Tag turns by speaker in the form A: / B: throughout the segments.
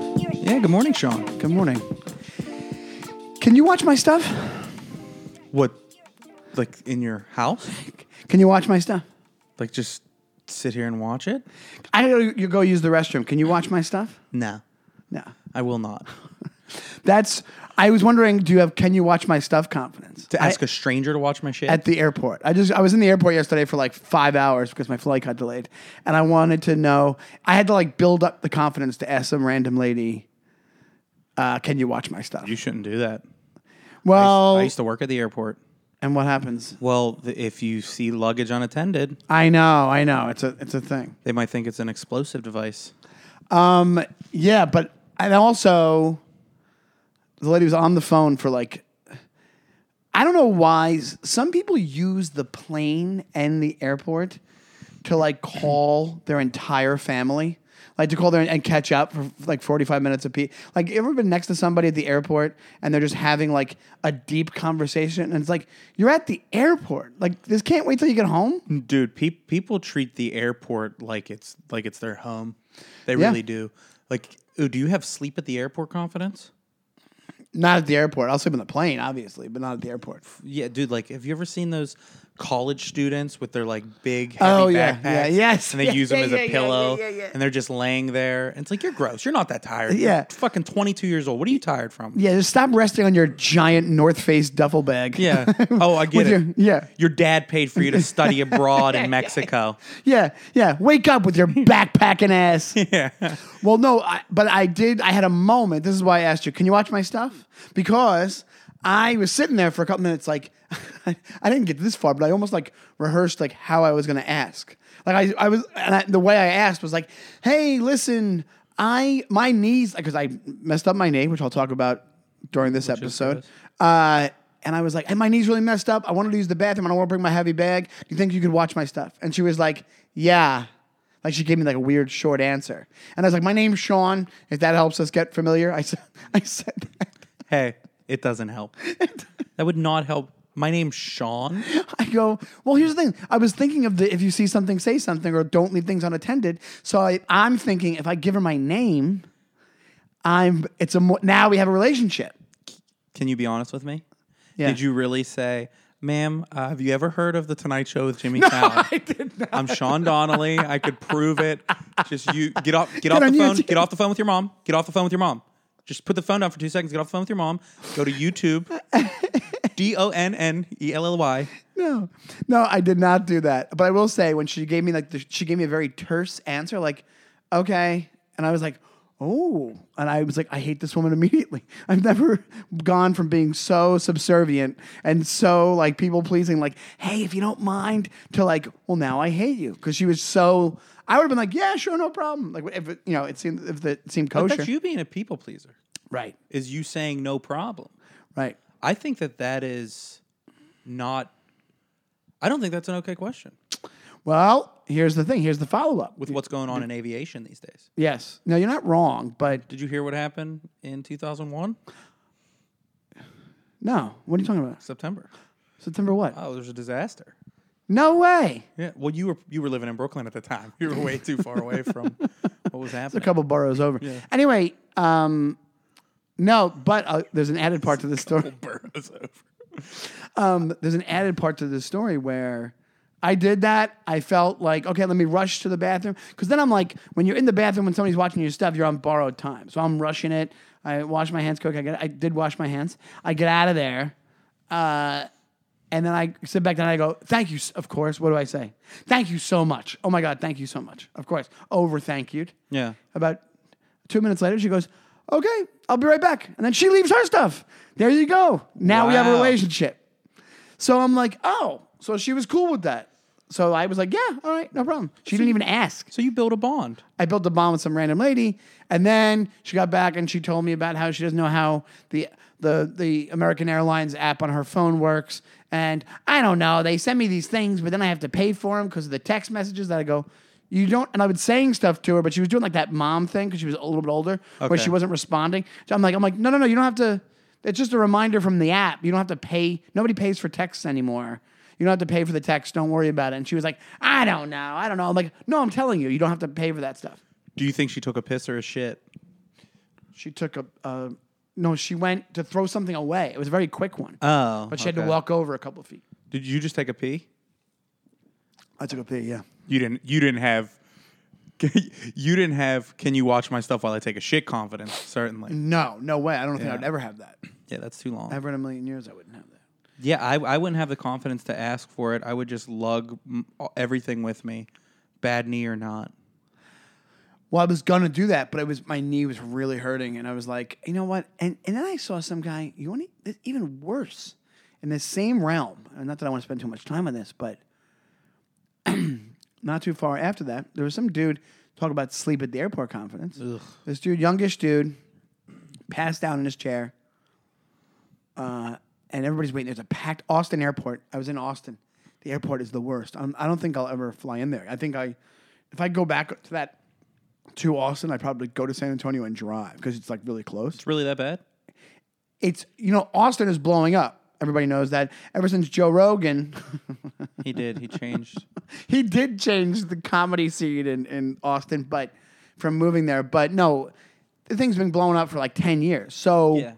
A: Good morning, Sean.
B: Good morning. Can you watch my stuff?
A: What, like in your house?
B: Can you watch my stuff?
A: Like just sit here and watch it?
B: I know you go use the restroom. Can you watch my stuff?
A: No,
B: No.
A: I will not.
B: That's. I was wondering, do you have can you watch my stuff confidence?
A: To ask
B: I,
A: a stranger to watch my shit?
B: at the airport. I just I was in the airport yesterday for like five hours because my flight got delayed, and I wanted to know. I had to like build up the confidence to ask some random lady, uh, "Can you watch my stuff?"
A: you shouldn't do that.
B: well,
A: I used to work at the airport.
B: and what happens?
A: Well, th- if you see luggage unattended,
B: I know, I know. It's a it's a thing.
A: they might think it's an explosive device.
B: Yeah, but and also the lady was on the phone for like I don't know why s- some people use the plane and the airport to like call their entire family. Like to call their and catch up for like 45 minutes a piece. Like, you ever been next to somebody at the airport and they're just having like a deep conversation? And it's like, you're at the airport. Like, this can't wait till you get home.
A: Dude, pe- people treat the airport like it's like it's their home. They
B: Yeah.
A: really do. Like, ooh, do you have sleep at the airport confidence?
B: Not at the airport. I'll sleep on the plane, obviously, but not at the airport.
A: Yeah, dude. Like, have you ever seen those college students with their like big heavy
B: Oh, yeah,
A: backpacks?
B: yeah, yes.
A: and they
B: Yeah,
A: use them
B: yeah,
A: as
B: yeah,
A: a
B: yeah,
A: pillow,
B: yeah, yeah, yeah.
A: and they're just laying there. And it's like you're gross. You're not that tired.
B: Yeah.
A: You're fucking 22 years old. What are you tired from?
B: Yeah, just stop resting on your giant North Face duffel bag.
A: Yeah. Oh, I get
B: With
A: it.
B: your- yeah.
A: Your dad paid for you to study abroad in Mexico.
B: Yeah, yeah. Wake up with your backpacking ass.
A: Yeah.
B: Well, no, I, but I did. I had a moment. This is why I asked you. Can you watch my stuff? Because I was sitting there for a couple minutes, like I didn't get this far, but I almost like rehearsed like how I was going to ask. Like I, I was, and I, the way I asked was like, "Hey, listen, I my knees because I messed up my knee, which I'll talk about during this episode."
A: gross.
B: Uh, and I was like, hey, my knee's really messed up. I wanted to use the bathroom. I don't want to bring my heavy bag. Do you think you could watch my stuff? And she was like, yeah. Like she gave me like a weird short answer. And I was like, my name's Sean. If that helps us get familiar, I said, I said that.
A: Hey, it doesn't help. that would not help. My name's Sean.
B: I go, well, here's the thing. I was thinking of the if you see something, say something, or don't leave things unattended. So I, I'm thinking if I give her my name, I'm it's a more, now we have a relationship.
A: Can you be honest with me?
B: Yeah.
A: Did you really say, ma'am, uh, have you ever heard of The Tonight Show with Jimmy Fallon?
B: I did not.
A: I'm Sean Donnelly. I could prove it. Just you get off get, off
B: on
A: the phone.
B: YouTube.
A: Get off the phone with your mom. Get off the phone with your mom. Just put the phone down for two seconds. Get off the phone with your mom. Go to YouTube. D O N N E L L Y.
B: No, no, I did not do that. But I will say, when she gave me like the, she gave me a very terse answer, like, okay, and I was like, oh, and I was like, I hate this woman immediately. I've never gone from being so subservient and so like people pleasing, like, hey, if you don't mind, to like, well, now I hate you because she was so. I would have been like, yeah, sure, no problem. Like if it, you know, it seemed if the, it seemed kosher,
A: That's you being a people pleaser.
B: right,
A: Is you saying no problem?
B: right.
A: I think that that is not. I don't think that's an okay question
B: Well, here's the thing. Here's the follow up.
A: with what's going on in aviation these days.
B: Yes, no, you're not wrong, but
A: Did you hear what happened in 2001
B: no. What are you talking about?
A: September?
B: September what?
A: Oh, there's a disaster.
B: No way.
A: Yeah. Well, you were you were living in Brooklyn at the time. You were way too far away from what was
B: A
A: happening.
B: couple boroughs over. Anyway, um, no, but uh, there's an added part to this story.
A: Burroughs over.
B: Um, there's an added part to this story where I did that. I felt like, okay, let me rush to the bathroom. Because then I'm like, when you're in the bathroom, when somebody's watching your stuff, you're on borrowed time. So I'm rushing it. I wash my hands, cook. I, get, I did wash my hands. I get out of there. Uh, and then I sit back down and I go, thank you, s- of course. What do I say? Thank you so much. Oh my God, thank you so much. Of course. Over thank you.
A: Yeah.
B: About two minutes later, she goes, Okay, I'll be right back. And then she leaves her stuff. There you go. Now we have a
A: Wow.
B: relationship. So I'm like, Oh, so she was cool with that. So I was like, Yeah, all right, no problem. She didn't even ask.
A: So you build a bond.
B: I built a bond with some random lady, and then she got back and she told me about how she doesn't know how the the the American Airlines app on her phone works. And I don't know. They send me these things, but then I have to pay for them because of the text messages that I go. You don't, and I was saying stuff to her, but she was doing like that mom thing because she was a little bit older, where
A: Okay.
B: she wasn't responding. So I'm like, I'm like, no, no, no, you don't have to. It's just a reminder from the app. You don't have to pay. Nobody pays for texts anymore. You don't have to pay for the text. Don't worry about it. And she was like, I don't know. I don't know. I'm like, no, I'm telling you, you don't have to pay for that stuff.
A: Do you think she took a piss or a shit?
B: She took a, a no. She went to throw something away. It was a very quick one,
A: Oh,
B: but she had to
A: okay.
B: walk over a couple of feet.
A: Did you just take a pee?
B: I took a pee. Yeah.
A: You didn't. You didn't have. You didn't have. Can you watch my stuff while I take a shit? Confidence certainly.
B: No, no way. I don't think
A: Yeah.
B: I'd ever have that.
A: Yeah, that's too long.
B: Ever in a million years, I wouldn't have that.
A: Yeah, I, I wouldn't have the confidence to ask for it. I would just lug mm, everything with me, bad knee or not.
B: Well, I was gonna do that, but it was my knee was really hurting, and I was like, you know what? And and then I saw some guy. You want to, even worse in the same realm. And not that I want to spend too much time on this, but not too far after that, there was some dude talking about sleep at the airport confidence. This dude, youngish dude, passed out in his chair, uh, and everybody's waiting. There's a packed Austin airport. I was in Austin. The airport is the worst. I'm, I don't think I'll ever fly in there. I think I, if I go back to that to Austin, I'd probably go to San Antonio and drive because it's like really close.
A: It's really that bad?
B: It's you know Austin is blowing up. Everybody knows that. Ever since Joe Rogan,
A: He did. He changed.
B: he did change the comedy scene in, in Austin, but from moving there. But no, the thing's been blown up for like ten years. So
A: Yeah.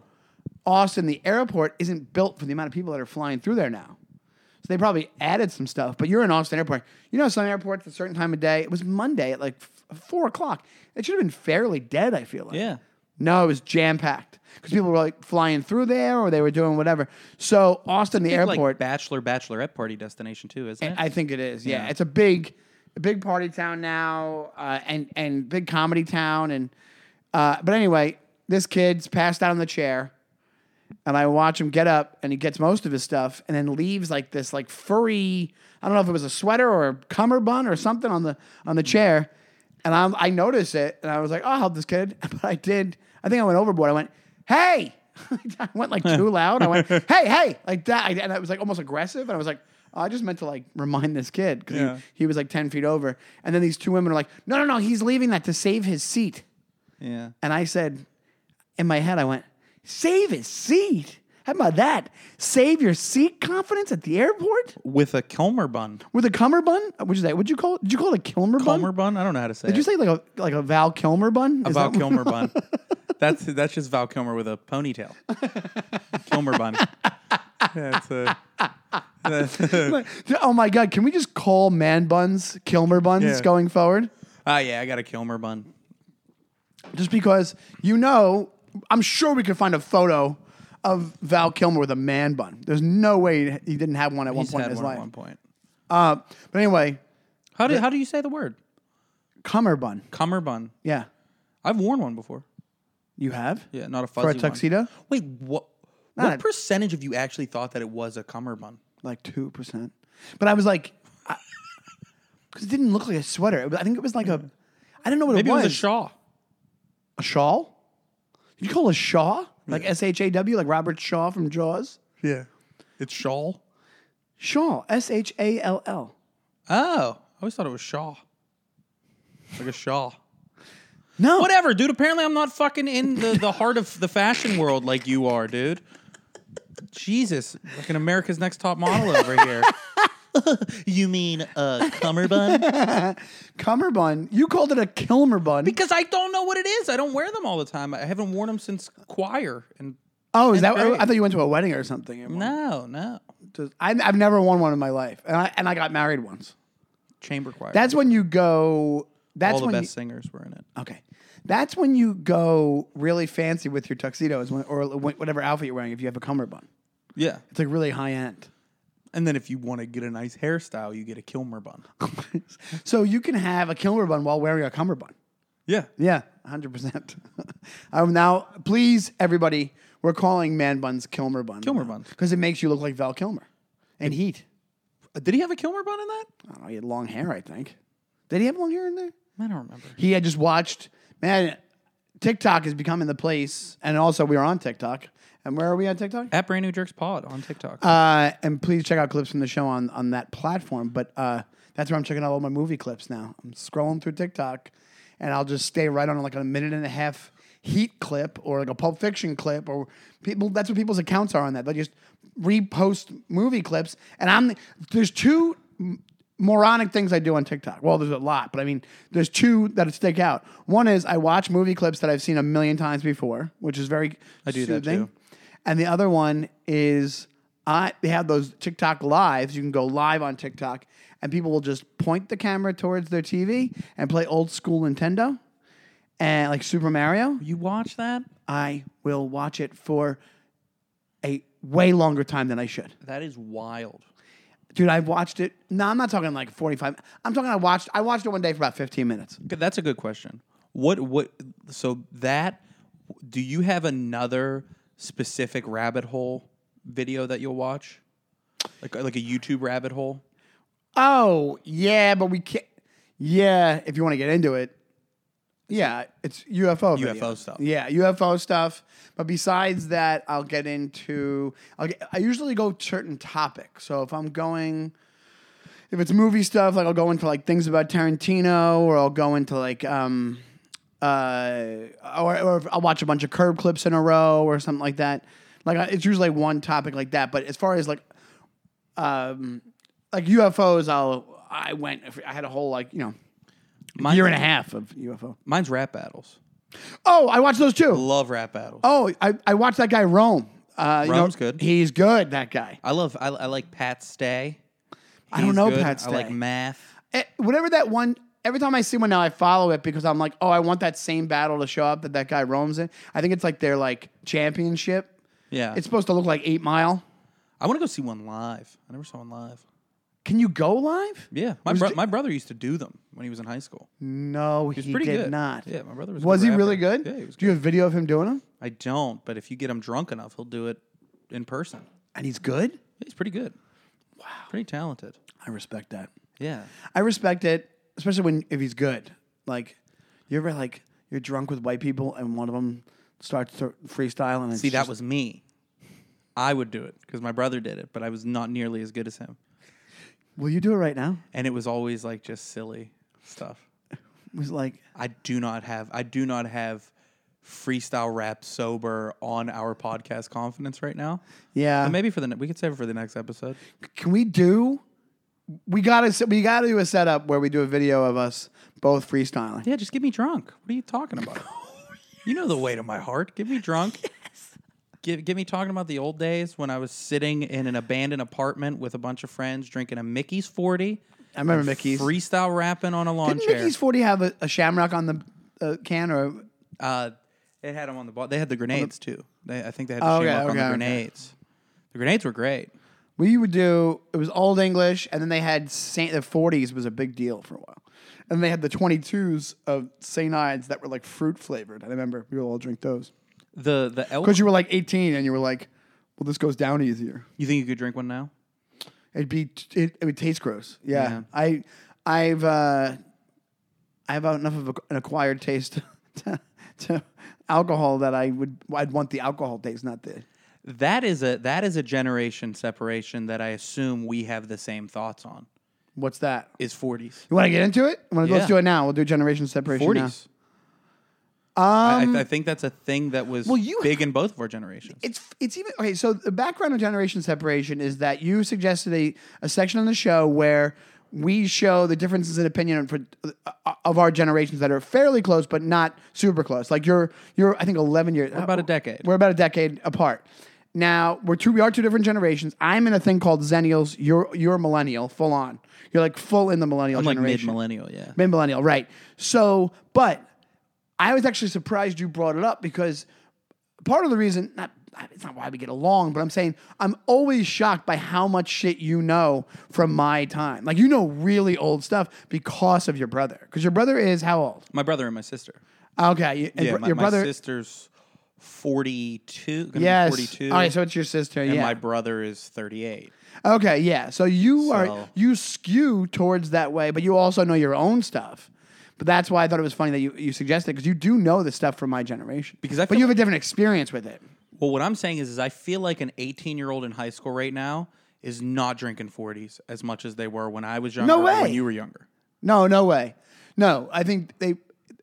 B: Austin, the airport isn't built for the amount of people that are flying through there now. So they probably added some stuff. But you're in Austin Airport. You know, some airports at a certain time of day. It was Monday at like f- four o'clock. It should have been fairly dead. I feel like.
A: Yeah.
B: No, it was jam packed because people were like flying through there or they were doing whatever. So Austin, the
A: It's
B: airport,
A: Like bachelor, bachelorette party destination too, isn't it?
B: I think it is. Yeah,
A: Yeah.
B: it's a big, a big party town now, uh, and and big comedy town, and uh, but anyway, this kid's passed out on the chair, and I watch him get up, and he gets most of his stuff, and then leaves like this like furry. I don't know if it was a sweater or a cummerbund or something on the on the chair, and I am I notice it, and I was like, "Oh, I'll help this kid, but I did. I think I went overboard. I went, hey. I went like too loud. I went, hey, hey, like that. I, and I was like almost aggressive. And I was like, "Oh, I just meant to like remind this kid because
A: Yeah.
B: he, he was like 10 feet over. And then these two women are like, no, no, no, he's leaving that to save his seat.
A: yeah.
B: And I said, in my head, I went, save his seat. How about that? Save your seat confidence at the airport
A: With a Kilmer bun.
B: with a cummerbund? Which is that? Would you call it? Did you call it a Kilmer
A: Kilmer
B: bun?
A: bun? I don't know how to say
B: Did you
A: it.
B: say like a like a Val Kilmer bun? Is
A: Val
B: that-
A: Kilmer bun. That's that's just Val Kilmer with a ponytail. Kilmer bun. That's a, that's-
B: oh my god! Can we just call man buns Kilmer buns
A: Yeah.
B: going forward?
A: Ah, yeah, I got a Kilmer bun.
B: just because you know, I'm sure we could find a photo of Val Kilmer with a man bun. There's no way he didn't have one at one
A: He's
B: point in
A: had
B: his
A: one at
B: life.
A: one point.
B: Uh, but anyway,
A: How do how do you say the word?
B: cummer bun.
A: Comer bun.
B: Yeah,
A: I've worn one before.
B: you have
A: Yeah, not a fuzzy
B: for a
A: one.
B: tuxedo,
A: Wait, what?
B: Not
A: what
B: a-
A: percentage of you actually thought that it was a cummerbund?
B: like two percent. But I was like, because it didn't look like a sweater. It was- I think it was like a, I don't know what
A: Maybe
B: it was.
A: it was a shaw.
B: A shawl. Did you call a shaw? Like S H A W, like Robert Shaw from Jaws.
A: Yeah, it's shawl.
B: Shawl, S H A L L.
A: Oh, I always thought it was Shaw, like a shawl.
B: No,
A: Whatever, dude. Apparently, I'm not fucking in the, the heart of the fashion world like you are, dude. Jesus, like an America's Next Top Model over here. you mean a cummerbund?
B: cummer bun. You called it a Kilmer bun.
A: because I don't know what it is. I don't wear them all the time. I haven't worn them since choir. And
B: Oh, is that?
A: grade.
B: I thought you went to a wedding or something. at one-
A: no, no,
B: Just- I, I've never won one in my life, and I and I got married once.
A: chamber choir.
B: That's when you go. That's
A: all the
B: when
A: best singers were in it.
B: You, okay, that's when you go really fancy with your tuxedos when, or wh- whatever outfit you're wearing. If you have a cummerbund,
A: Yeah.
B: it's like really high end.
A: And then if you want to get a nice hairstyle, you get a Kilmer bun.
B: so you can have a cummerbund while wearing a cummerbund.
A: Yeah.
B: Yeah, hundred percent. I'm now. Please, everybody, we're calling man buns Kilmer bun.
A: Kilmer buns.
B: because it makes you look like Val Kilmer and heat. Uh,
A: Did he have a Kilmer bun in that?
B: I don't know. He had long hair, I think. Did he have long hair in there?
A: I don't remember.
B: He had just watched. Man, TikTok is becoming the place, and also we are on TikTok. And where are we on TikTok?
A: At Brand New Jerks Pod on TikTok.
B: Uh, and please check out clips from the show on on that platform. But uh, that's where I'm checking out all my movie clips now. I'm scrolling through TikTok, and I'll just stay right on like a minute and a half Heat clip or like a Pulp Fiction clip or people. That's what people's accounts are on that. They just repost movie clips, and I'm there's two moronic things I do on TikTok. Well, there's a lot, but I mean, there's two that stick out. One is I watch movie clips that I've seen a million times before, which is very I
A: do that
B: soothing.
A: too.
B: And the other one is I they have those TikTok lives. You can go live on TikTok, and people will just point the camera towards their TV and play old school Nintendo, and like Super Mario.
A: You watch that?
B: I will watch it for a way longer time than I should.
A: That is wild.
B: Dude, I watched it. No, I'm not talking like 45. I'm talking I watched I watched it one day for about 15 minutes.
A: Okay, That's a good question. What what so that do you have another specific rabbit hole video that you'll watch? Like like a YouTube rabbit hole?
B: Oh, yeah, but we can't Yeah, if you want to get into it. Yeah, it's UFO video.
A: UFO stuff.
B: Yeah, UFO stuff. But besides that, I'll get into I'll get, I usually go certain topics. So if I'm going if it's movie stuff, like I'll go into like things about Tarantino, or I'll go into like um, uh, or, or I'll watch a bunch of curb clips in a row or something like that. Like I- it's usually one topic like that. But as far as like, um, like UFOs, I'll I went I had a whole like you know
A: Mine's-
B: year and a half of UFO.
A: Mine's rap battles.
B: Oh, I watched those too.
A: Love rap battles.
B: Oh, I I watched that guy Rome. Uh, you know,
A: Rome's good.
B: He's good. That guy.
A: I love I, I like Pat Stay.
B: I don't
A: He's
B: know
A: good.
B: Pat
A: I like
B: Stay.
A: math.
B: Eh, whatever that one every time i see one now i follow it because i'm like oh i want that same battle to show up that that guy roams in i think it's like their like championship
A: Yeah.
B: it's supposed to look like eight mile
A: I want to go see one live. I never saw one live.
B: can you go live
A: Yeah. My bro- my brother used to do them when he was in high school.
B: no he
A: Pretty
B: did
A: good.
B: not
A: Yeah, my brother was a
B: was
A: good
B: he
A: rapper.
B: really good
A: Yeah, he was
B: do you have video of him doing them
A: I don't, but if you get him drunk enough, he'll do it in person.
B: and he's good
A: He's pretty good. Wow. Pretty talented.
B: i respect that
A: Yeah.
B: i respect it especially when if he's good like you ever like you're drunk with white people and one of them starts to freestyle and it's
A: See, that
B: just-
A: was me. I would do it because my brother did it, but I was not nearly as good as him.
B: will you do it right now
A: And it was always like just silly stuff.
B: it was like
A: I do not have I do not have freestyle rap sober on our podcast confidence right now.
B: yeah
A: But maybe for the ne- we could save it for the next episode.
B: Can we do? We gotta we gotta do a setup where we do a video of us both freestyling.
A: Yeah, just get me drunk. What are you talking about?
B: Oh,
A: You know the weight of my heart. Get me drunk. Get, get me talking about the old days when I was sitting in an abandoned apartment with a bunch of friends drinking a Mickey's 40,
B: I remember Mickey's.
A: freestyle rapping on a lawn
B: Didn't
A: chair.
B: Mickey's forty have a, a shamrock on the uh, can or?
A: Uh, it had them on the ball. They had the grenades too. They, I think they had the
B: Oh, okay,
A: shamrock on
B: okay,
A: the
B: okay.
A: grenades. The grenades were great.
B: We would do. It was old English, and then they had Saint. The forties was a big deal for a while, and they had the twenty twos of Saint Ides that were like fruit flavored. I remember we would all drink those
A: The the elk.
B: because you were like eighteen and you were like, "Well, this goes down easier."
A: you think you could drink one now?
B: It'd be it, it would taste gross. Yeah,
A: Yeah.
B: I I've uh, I have enough of a, an acquired taste to, to alcohol that I would I'd want the alcohol taste, not the.
A: That is a that is a generation separation that I assume we have the same thoughts on.
B: What's that?
A: Is 40s.
B: You want to get into it? Want to
A: Yeah.
B: let's do it now? We'll do generation separation. Now.
A: 40s. I- I, I think that's a thing that was
B: Um, you-
A: big in both of our generations.
B: It's it's even okay. So the background of generation separation is that you suggested a, a section on the show where we show the differences in opinion for, uh, of our generations that are fairly close but not super close. Like you're you're I think eleven years uh,
A: about a decade.
B: We're about a decade apart. Now we're two we are two different generations. I'm in a thing called Zennials. You're you're a millennial, full on. You're like full in the millennial
A: I'm like mid
B: generation.
A: millennial, yeah.
B: Mid millennial, right. So, but I was actually surprised you brought it up because part of the reason, not, it's not why we get along, but I'm saying I'm always shocked by how much shit you know from my time. Like, you know really old stuff because of your brother. Because your brother is how old?
A: My brother and my sister.
B: Okay. You, and
A: Yeah,
B: br-
A: my,
B: your
A: my
B: brother.
A: sister's 42, gonna be
B: Yes.
A: 42.
B: All right, so it's your sister.
A: and
B: yeah.
A: my brother is 38.
B: Okay, yeah. So you are
A: So-
B: you skew towards that way, but you also know your own stuff. But that's why I thought it was funny that you, you suggested because you do know the stuff from my generation.
A: Because I
B: but
A: feel
B: you have a different experience with it.
A: Well, what I'm saying is, is I feel like an 18 year old in high school right now is not drinking 40s as much as they were when I was younger.
B: No
A: or
B: way.
A: When you were younger.
B: No, no way. No, I think they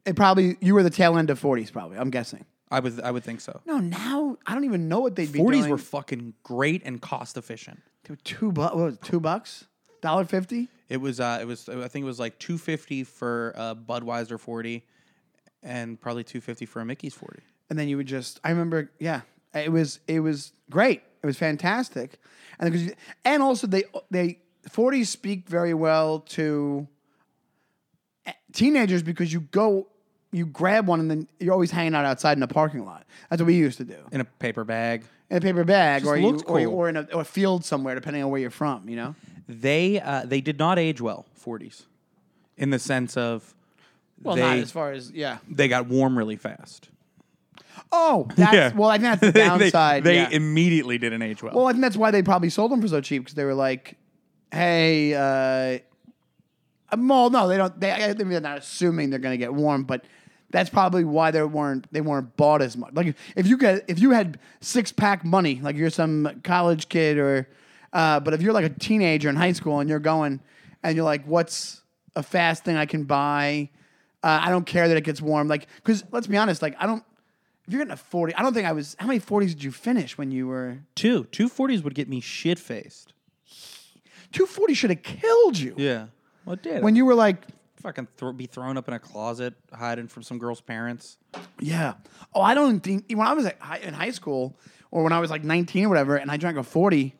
B: it probably you were the tail end of forties. Probably, I'm guessing.
A: I would, I would think so.
B: No, now I don't even know what they'd be.
A: 40s
B: doing.
A: were fucking great and cost efficient.
B: Dude, two bucks. What was it, two bucks? Dollar fifty.
A: It was uh, it was I think it was like two fifty for a Budweiser forty, and probably two fifty for a Mickey's forty.
B: and then you would just i remember yeah it was it was great it was fantastic and because you- and also they they 40s speak very well to eh, teenagers because you go you grab one and then you're always hanging out outside in a parking lot that's what we used to do
A: in a paper bag.
B: in a paper bag or, you,
A: looked
B: or you
A: cool.
B: or in a, or a field somewhere depending on where you're from you know
A: They uh, they did not age well. Forties, in the sense of
B: well
A: they
B: not as far as yeah
A: they got warm really fast.
B: oh that's
A: Yeah.
B: well i think that's the
A: They-
B: downside
A: they
B: yeah.
A: immediately didn't age well.
B: Well, I think that's why they probably sold them for so cheap because they were like, "Hey, uh, um, well, no, they don't. They, I think they're not assuming they're going to get warm, but that's probably why they weren't they weren't bought as much. Like if, if you could, if you had six pack money, like you're some college kid or, uh, but if you're like a teenager in high school and you're going and you're like, what's a fast thing I can buy? Uh, I don't care that it gets warm. Like, because let's be honest, like I don't. If you're getting a forty, I don't think I was. How many forties did you finish when you were?
A: two two forties would get me shit faced.
B: 240 should have killed you
A: Yeah, well, it did.
B: when you were like,
A: fucking thro- be thrown up in a closet, hiding from some girl's parents.
B: yeah. Oh, I don't think when I was at high, in high school or when I was like 19 or whatever, and I drank a 40,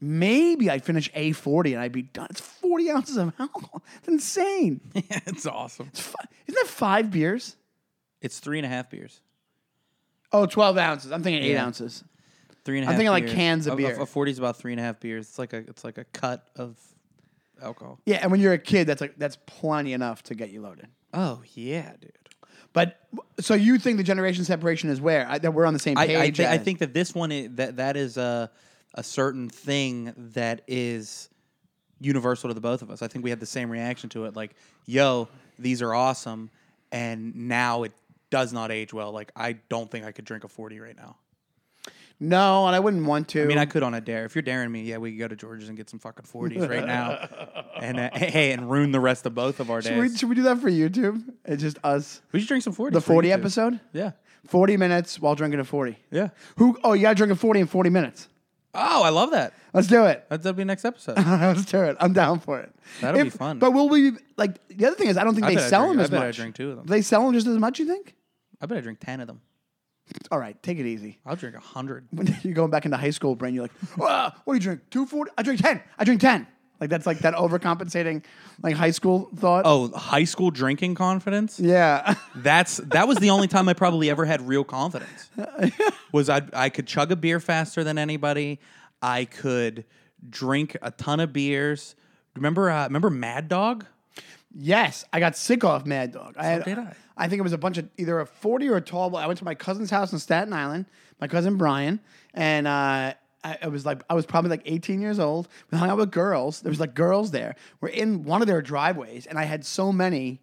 B: maybe I'd finish a 40 and I'd be done. It's 40 ounces of alcohol. It's insane. It's
A: yeah, it's awesome.
B: fi- Isn't that five beers?
A: It's three and a half beers.
B: Oh, 12 ounces. I'm thinking eight
A: Yeah.
B: ounces.
A: Three and a
B: I'm
A: half
B: thinking like
A: beers.
B: cans of
A: A-
B: beer.
A: A forty's about three and a half beers. It's like a it's like a cut of alcohol.
B: Yeah. And when you're a kid, that's like, that's plenty enough to get you loaded.
A: Oh yeah, dude.
B: But so you think the generation separation is where? I, that we're on the same
A: I,
B: page?
A: I, thi- I
B: then?
A: think that this one is, that that is a a certain thing that is universal to the both of us. I think we had the same reaction to it. Like, yo, these are awesome, and now it does not age well. Like, I don't think I could drink a forty right now.
B: No, and I wouldn't want to.
A: I mean, I could on a dare. If you're daring me, yeah, we could go to George's and get some fucking forties right now, and uh, hey, and ruin the rest of both of our
B: should, we,
A: days.
B: should we do that for YouTube? It's just us.
A: We should drink some forties.
B: The 40 episode?
A: Yeah,
B: 40 minutes while drinking a 40.
A: yeah.
B: Who? Oh, you got to drink a 40 in 40 minutes.
A: Oh, I love that.
B: Let's do it.
A: That- That'll be next episode.
B: Let's do it. I'm down for it.
A: That'll be fun.
B: But will we, like, the other thing is, I don't think
A: I
B: they
A: bet I
B: sell
A: drink-
B: them
A: I
B: as
A: bet I
B: much.
A: drink two of them.
B: Do They sell them just as much, you think?
A: I bet I drink ten of them.
B: All right, take it easy.
A: I'll drink a hundred.
B: When you're going back into high school brain, you're like, "Ah, what do you drink? 240? I drink 10. I drink 10. Like, that's like that overcompensating, like, high school thought.
A: Oh, high school drinking confidence?
B: Yeah.
A: That's that was the only time I probably ever had real confidence. Was I I could chug a beer faster than anybody. I could drink a ton of beers. Remember uh, remember Mad Dog?
B: Yes, I got sick off Mad Dog. I had,
A: did I.
B: I think it was a bunch of either a forty or a tall boy. I went to my cousin's house in Staten Island, my cousin Brian, and uh, I, I was like, I was probably like eighteen years old. We hung out with girls. There was like girls there. We're in one of their driveways, and I had so many.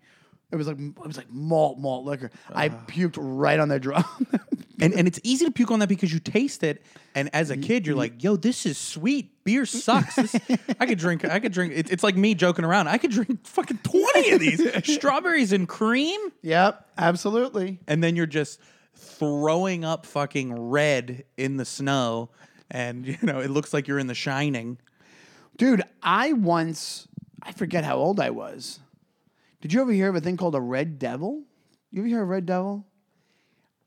B: It was like it was like malt malt liquor. I puked right on their drum.
A: And and it's easy to puke on that because you taste it and as a kid you're like, "Yo, this is sweet. Beer sucks." This, I could drink I could drink it, it's like me joking around. I could drink fucking 20 of these strawberries and cream.
B: yep, absolutely.
A: and then you're just throwing up fucking red in the snow and you know it looks like you're in the shining
B: Dude, I once, I forget how old I was. Did you ever hear of a thing called a red devil? You ever hear of red devil?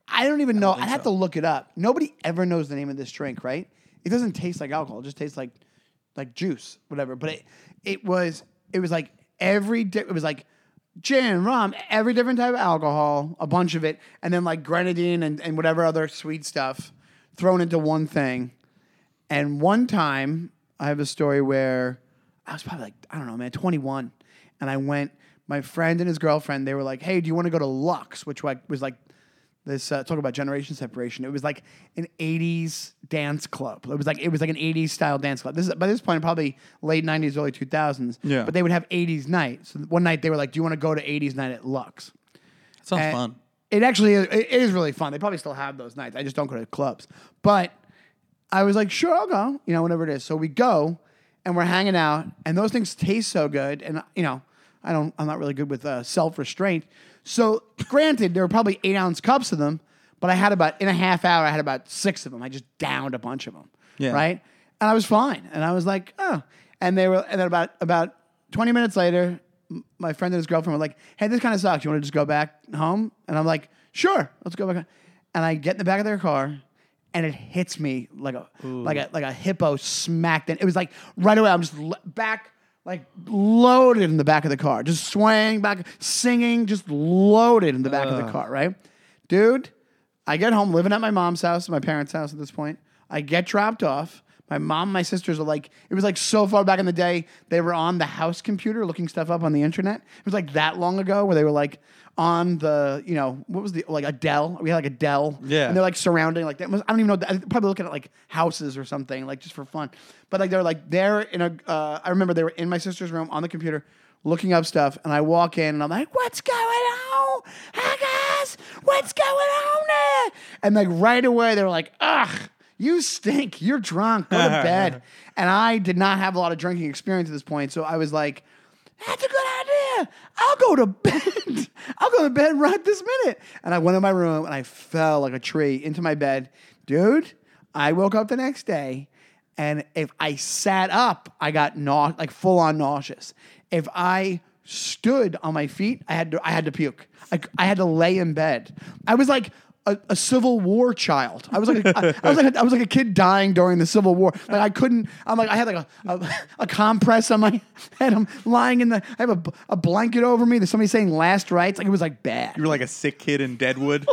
B: I don't even know. I'd have to look it up. Nobody ever knows the name of this drink, right? It doesn't taste like alcohol. It just tastes like like juice, whatever. But it it was it was like every di- it was like gin, rum, every different type of alcohol, a bunch of it, and then like grenadine and, and whatever other sweet stuff thrown into one thing. And one time, I have a story where I was probably like, I don't know, man, 21. And I went, my friend and his girlfriend, they were like, hey, do you want to go to Lux? Which like, was like this, uh, talk about generation separation. It was like an 80s dance club. It was like, it was like an 80s style dance club. This is, by this point, probably late 90s, early 2000s.
A: Yeah.
B: But they would have 80s night. So one night they were like, do you want to go to 80s night at Lux?
A: it sounds
B: And
A: fun
B: It actually is, it is really fun. They probably still have those nights. I just don't go to clubs. But I was like, sure, I'll go. You know, whatever it is. So we go and we're hanging out, and those things taste so good. And you know, I don't. I'm not really good with uh, self restraint. So granted, there were probably eight ounce cups of them, but I had about in a half hour. I had about six of them. I just downed a bunch of them.
A: Yeah.
B: Right. And I was fine. And I was like, oh. And they were, and then about about twenty minutes later, m- my friend and his girlfriend were like, "Hey, this kind of sucks. You want to just go back home?" And I'm like, "Sure, let's go back." home." And I get in the back of their car, and it hits me like a like a like a hippo smacked in. It was like right away. I'm just l- back. Like loaded in the back of the car, just swaying back, singing, just loaded in the back of the car, right? Dude, I get home living at my mom's house, my parents' house at this point. I get dropped off. My mom, and my sisters are like, it was like so far back in the day, they were on the house computer looking stuff up on the internet. It was like that long ago where they were like on the, you know, what was the, like Adele? We had like Adele.
A: Yeah.
B: And they're like surrounding, like, that was, I don't even know, I probably looking at like houses or something, like just for fun. But like they're like, they're in a, uh, I remember they were in my sister's room on the computer looking up stuff. And I walk in and I'm like, what's going on? Hi, guys. What's going on there? And like right away, they were like, ugh, you stink. You're drunk. Go to bed. and I did not have a lot of drinking experience at this point. So I was like, that's a good idea. I'll go to bed. I'll go to bed right this minute. And I went in my room and I fell like a tree into my bed. Dude, I woke up the next day and if I sat up, I got nau- like full on nauseous. If I stood on my feet, I had to I had to puke. I, I had to lay in bed. I was like a, a Civil War child. I was like a, I, I was like a, I was like a kid dying during the Civil War. Like I couldn't. I'm like I had like a a, a compress on my head. I'm lying in the. I have a, b- a blanket over me. There's somebody saying last rites. Like it was like bad.
A: You were like a sick kid in Deadwood.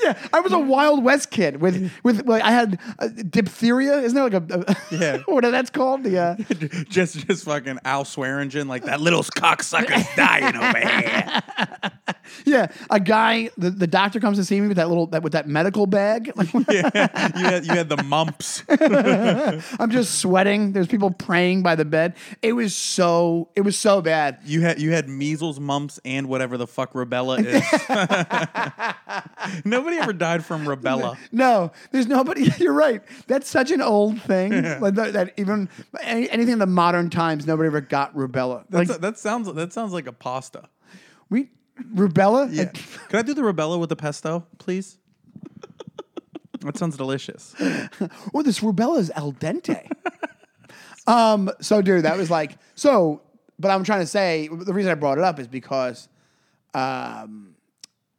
B: Yeah, I was a Wild West kid with with like I had uh, diphtheria. Isn't there like a, a
A: Yeah.
B: what that's called? The uh,
A: just just fucking Al Swearingen, like that little cocksucker's dying over here.
B: Yeah, a guy. The, the doctor comes to see me with that little that with that medical bag. Like,
A: Yeah. You had you had the mumps.
B: I'm just sweating. There's people praying by the bed. It was so it was so bad.
A: You had you had measles, mumps, and whatever the fuck rubella is. Nobody ever died from rubella.
B: No, there's nobody. You're right. That's such an old thing. Like that, that even any, anything in the modern times, nobody ever got rubella. Like
A: That's- that sounds that sounds like a pasta.
B: we rubella.
A: Yeah. Could I do the rubella with the pesto, please? That sounds delicious.
B: oh, this rubella is al dente. um, so dude, that was like so. But I'm trying to say the reason I brought it up is because, um,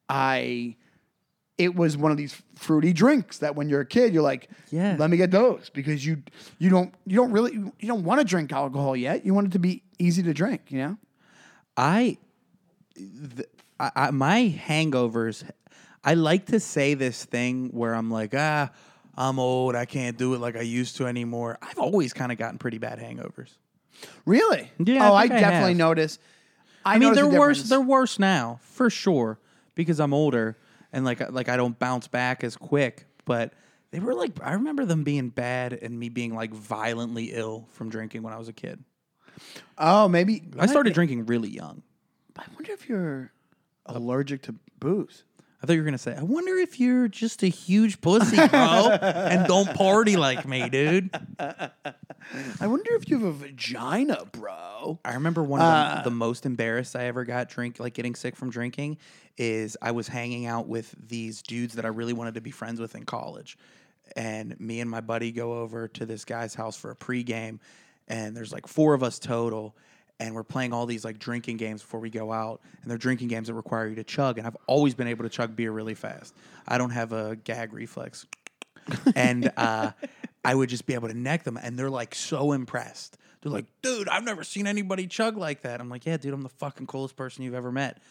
B: I, it was one of these fruity drinks that when you're a kid you're like,
A: Yeah.
B: let me get those because you you don't you don't really you don't want to drink alcohol yet. You want it to be easy to drink, you know.
A: I, th- I, I my hangovers. I like to say this thing where I'm like, ah, I'm old. I can't do it like I used to anymore. I've always kind of gotten pretty bad hangovers.
B: Really?
A: Yeah, I
B: Oh, I,
A: think I
B: definitely
A: have.
B: notice. I,
A: I mean,
B: notice the
A: they're worse.
B: difference.
A: They're worse now for sure because I'm older and like like I don't bounce back as quick. But they were like, I remember them being bad and me being like violently ill from drinking when I was a kid.
B: oh, maybe
A: I started drinking really young.
B: I wonder if you're allergic to booze.
A: I thought you were gonna say, I wonder if you're just a huge pussy, bro, and don't party like me, dude.
B: I wonder if you have a vagina, bro.
A: I remember one of the, the most embarrassed I ever got drink like getting sick from drinking is I was hanging out with these dudes that I really wanted to be friends with in college. And me and my buddy go over to this guy's house for a pregame and there's like four of us total and we're playing all these like drinking games before we go out and they're drinking games that require you to chug and I've always been able to chug beer really fast. I don't have a gag reflex. and uh, I would just be able to neck them, and they're like so impressed. They're like, "Dude, I've never seen anybody chug like that." I'm like, "Yeah, dude, I'm the fucking coolest person you've ever met."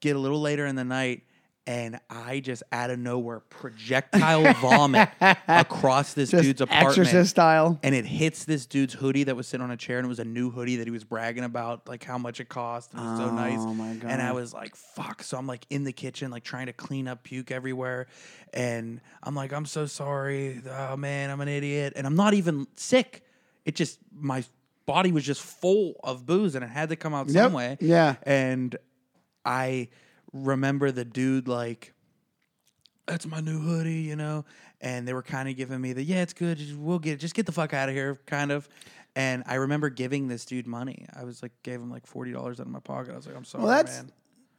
A: Get a little later in the night, and I just out of nowhere projectile vomit across this
B: Just
A: dude's apartment,
B: Exorcist style.
A: and it hits this dude's hoodie that was sitting on a chair, and it was a new hoodie that he was bragging about, like how much it cost, and it was so nice.
B: Oh, my
A: And I
B: God.
A: was like, "Fuck!" So I'm like in the kitchen, like trying to clean up puke everywhere, and I'm like, "I'm so sorry. Oh man, I'm an idiot." And I'm not even sick. It just my body was just full of booze, and it had to come out
B: Yep.
A: some way.
B: Yeah.
A: And I remember the dude like that's my new hoodie, you know. And they were kind of giving me the, yeah, it's good. just- We'll get it. Just get the fuck out of here, kind of. And I remember giving this dude money. I was like, gave him like forty dollars out of my pocket. I was like, I'm sorry,
B: Well, that's
A: man.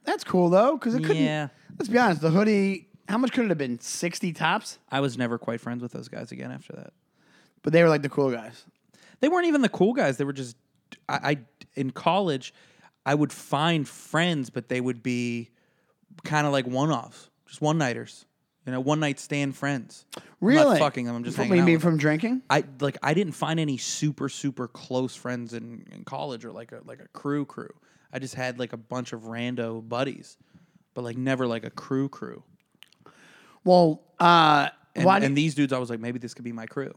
B: that's cool though, because it couldn't.
A: Yeah.
B: Let's be honest. The hoodie. How much could it have been? Sixty tops.
A: I was never quite friends with those guys again after that.
B: But they were like the cool guys.
A: They weren't even the cool guys. They were just I, I in college, I would find friends, but they would be kind of like one offs, just one nighters. You know, one night stand friends. I'm
B: Really?
A: not fucking them. I'm just
B: What,
A: hanging
B: you
A: out.
B: mean
A: with
B: from drinking?
A: I like I didn't find any super super close friends in, in college or like a like a crew crew. I just had like a bunch of rando buddies, but like never like a crew crew.
B: Well, uh,
A: And,
B: why?
A: and
B: And,
A: these dudes, I was like, maybe this could be my crew.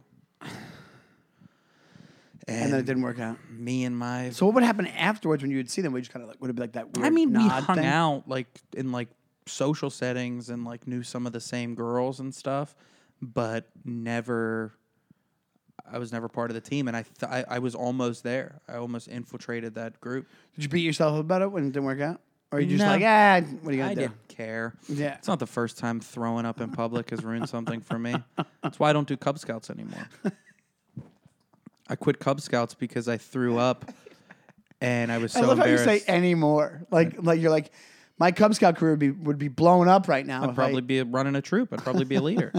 A: And,
B: and then it didn't work out.
A: me and my,
B: So what would happen afterwards when you would see them? Would you just kind of like would it be like that? Weird
A: I mean, we
B: nod
A: hung
B: thing?
A: out like in like social settings and like knew some of the same girls and stuff, but never. I was never part of the team, and I th- I, I was almost there. I almost infiltrated that group.
B: Did you beat yourself up about it when it didn't work out, or are you just
A: No.
B: like, ah, what are you gonna
A: I
B: do?
A: didn't care.
B: Yeah.
A: It's not the first time throwing up in public has ruined something for me. That's why I don't do Cub Scouts anymore. I quit Cub Scouts because I threw up and I was so
B: I love how you
A: embarrassed.
B: say anymore. Like like you're like, my Cub Scout career would be would be blown up right now.
A: I'd probably be running a troop. I'd probably be a leader.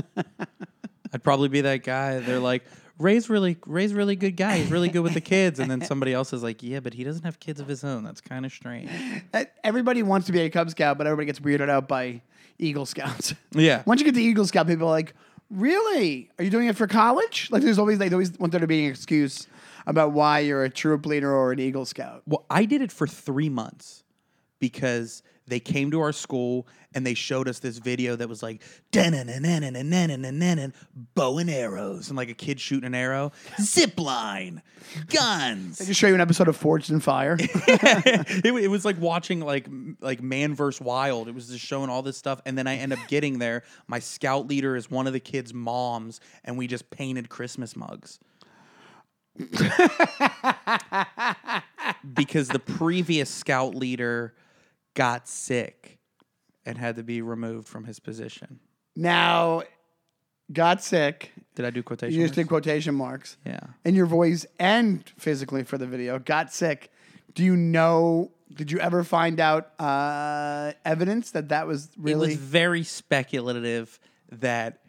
A: I'd probably be that guy. They're like, Ray's really Ray's really good guy. He's really good with the kids. And then somebody else is like, Yeah, but he doesn't have kids of his own. That's kind of strange.
B: e, everybody wants to be a Cub Scout, but everybody gets weirded out by Eagle Scouts.
A: Yeah.
B: Once you get to Eagle Scout, people are like, really? Are you doing it for college? Like there's always they always want there to be an excuse about why you're a troop leader or an Eagle Scout.
A: Well, I did it for three months because they came to our school and they showed us this video that was like "Dun-dun-dun-dun-dun-dun-dun-dun-dun, bow and arrows and like a kid shooting an arrow, zip line, guns.
B: Just show you an episode of Forged in Fire.
A: it, wa- it was like watching like m- like Man vs Wild. It was just showing all this stuff, and then I end up getting there. My scout leader is one of the kids' moms, and we just painted Christmas mugs. because the previous scout leader got sick and had to be removed from his position.
B: now, got sick.
A: Did I do quotation?
B: You just did
A: marks?
B: quotation marks.
A: yeah.
B: in your voice and physically for the video got sick do you know did you ever find out uh, evidence that that was
A: It
B: really
A: was very speculative that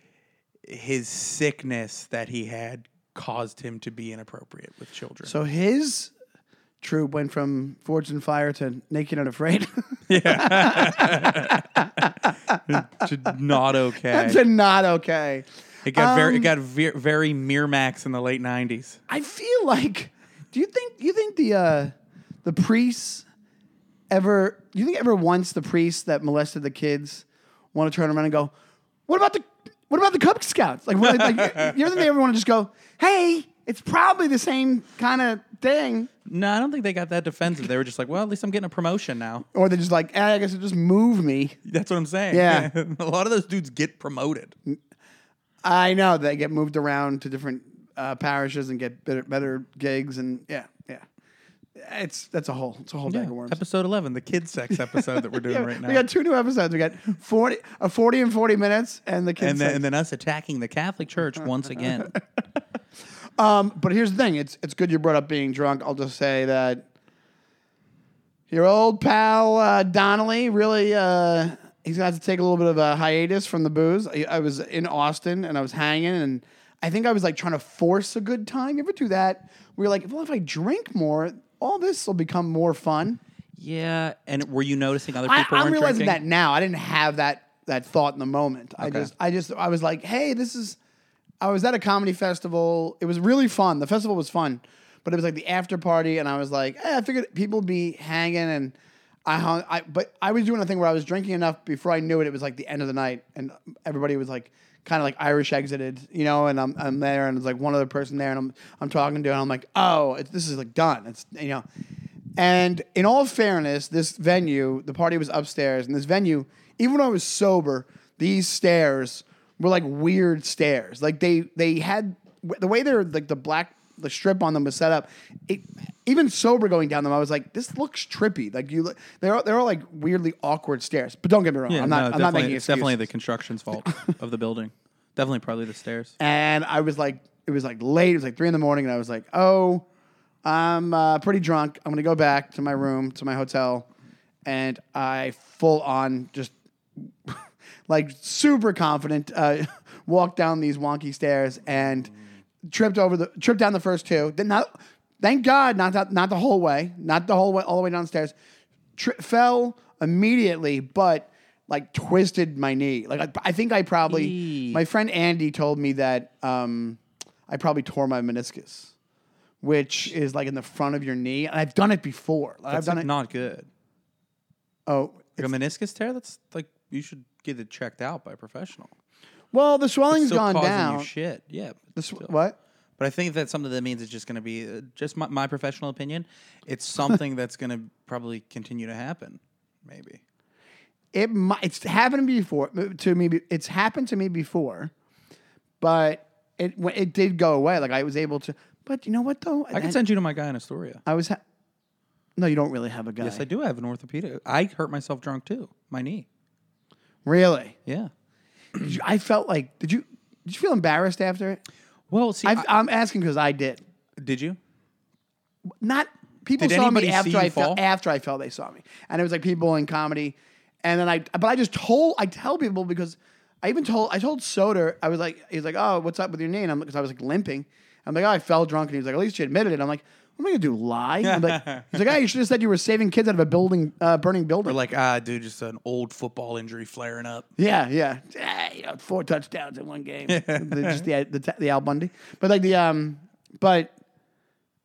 A: his sickness that he had caused him to be inappropriate with children.
B: so his troop went from forged and fire to naked and afraid
A: not okay.
B: that's a not okay
A: it got very it got ve- very Miramax in the late nineties.
B: i feel like do you think you think the uh, the priests ever you think ever once the priests that molested the kids want to turn around and go what about the what about the Cub Scouts? Like, what, like you ever think they ever want to just go, hey, it's probably the same kind of thing,
A: No, I don't think they got that defensive. They were just like, well, at least I'm getting a promotion now.
B: or they're just like, eh, I guess it just move me.
A: That's what I'm saying.
B: Yeah.
A: a lot of those dudes get promoted.
B: I know they get moved around to different uh, parishes and get better, better gigs, and yeah, yeah. It's that's a whole it's a whole bag of worms.
A: Episode 11, the kid sex episode that we're doing
B: Yeah,
A: right now.
B: We got two new episodes. We got forty, a forty and forty minutes, and the kids.
A: and then,
B: section.
A: and then us attacking the Catholic Church once again.
B: Um, but here's the thing: it's it's good you brought up being drunk. I'll just say that your old pal uh, Donnelly really uh, he's gonna have to take a little bit of a hiatus from the booze. I, I was in Austin and I was hanging, and I think I was like trying to force a good time. You ever do that? We were like, well, if I drink more, all this will become more fun.
A: yeah. And were you noticing other
B: I,
A: people
B: I'm
A: weren't
B: realizing
A: drinking?
B: that now. I didn't have that that thought in the moment. I just I just I was like, hey, this is. I was at a comedy festival. It was really fun. The festival was fun, but it was like the after party, and I was like, eh, I figured people would be hanging, and I hung. I but I was doing a thing where I was drinking enough before I knew it. It was like the end of the night, and everybody was like. Kind of like Irish exited, you know, and I'm, I'm there, and there's like one other person there, and I'm I'm talking to, and I'm like, oh, it's this is like done, it's you know, and in all fairness, this venue, the party was upstairs, and this venue, even when I was sober, these stairs were like weird stairs. Like they they had the way they're like the black the strip on them was set up. It even sober going down them, I was like, this looks trippy. Like you, look- they're all- they're all like weirdly awkward stairs. But don't get me wrong,
A: Yeah,
B: I'm not
A: no,
B: I'm not
A: definitely-
B: making
A: it's definitely
B: excuses.
A: the construction's fault of the building. Definitely, probably the stairs.
B: and I was like, it was like late. It was like three in the morning, and I was like, oh, I'm uh, pretty drunk. I'm gonna go back to my room, to my hotel, and I full on just like super confident uh, walked down these wonky stairs and tripped over the tripped down the first two. Did not thank God not not, not the whole way, not the whole way all the way downstairs. Tri- fell immediately, but like twisted my knee. Like I, I think I probably
A: Eee.
B: my friend Andy told me that um, I probably tore my meniscus, which is like in the front of your knee. And I've done it before. Like, I've
A: That's
B: done
A: like
B: it.
A: not good.
B: oh.
A: Like a meniscus tear, that's like you should get it checked out by a professional.
B: Well, the swelling's
A: Still
B: gone
A: causing
B: down.
A: you shit. Yeah. but
B: The sw-
A: still.
B: what?
A: But I think that's something that means it's just going to be uh, just my, my professional opinion. It's something that's going to probably continue to happen, maybe.
B: it might, it's happened to me before to me be- it's happened to me before but it when it did go away like i was able to but you know what though
A: I can send you to my guy in Astoria.
B: I was ha- no you don't really have a guy
A: Yes, I do have an orthopedic. I hurt myself drunk too. My knee.
B: really
A: Yeah.
B: Did you- i felt like did you did you feel embarrassed after it
A: Well, see,
B: I've,
A: I-
B: I, am asking because i did
A: did you?
B: not people
A: Did
B: saw me
A: anybody see
B: after
A: you
B: i fell
A: fall?
B: after i fell they saw me and it was like people in comedy and then i but i just told i tell people because i even told i told soder i was like he's like oh what's up with your knee and i'm because i was like limping i'm like oh i fell drunk and he was like at least you admitted it i'm like what am i gonna do lie i'm like he's like oh you should have said you were saving kids out of a building uh, burning building
A: Or like, ah, dude, just an old football injury flaring up.
B: yeah, yeah. Ah, you know, four touchdowns in one game. the, just the, the the Al Bundy, but like the um, but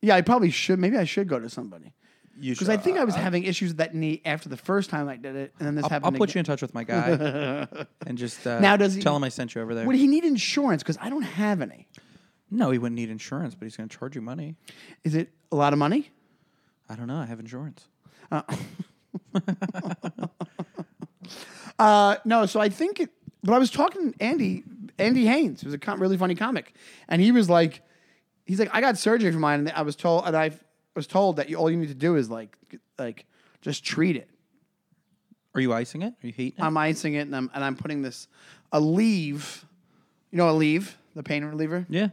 B: yeah, I probably should. Maybe I should go to somebody
A: You uh,
B: because I think I was having issues with that knee after the first time I did it, and then this
A: I'll,
B: happened.
A: I'll put you
B: again.
A: in touch with my guy and just uh,
B: Now does he-
A: tell him I sent you over there.
B: Would he need insurance? Because I don't have any.
A: no, he wouldn't need insurance, but he's going to charge you money.
B: Is it a lot of money?
A: I don't know. I have insurance.
B: Uh, no, so I think it. But I was talking to Andy, Andy Haynes, who's a com- really funny comic, and he was like, he's like, I got surgery for mine, and I was told, and I was told that you, all you need to do is like, like just treat it.
A: Are you icing it? Are you heating it?
B: I'm icing it, and I'm and I'm putting this a leave, you know, a leave, the pain reliever.
A: yeah.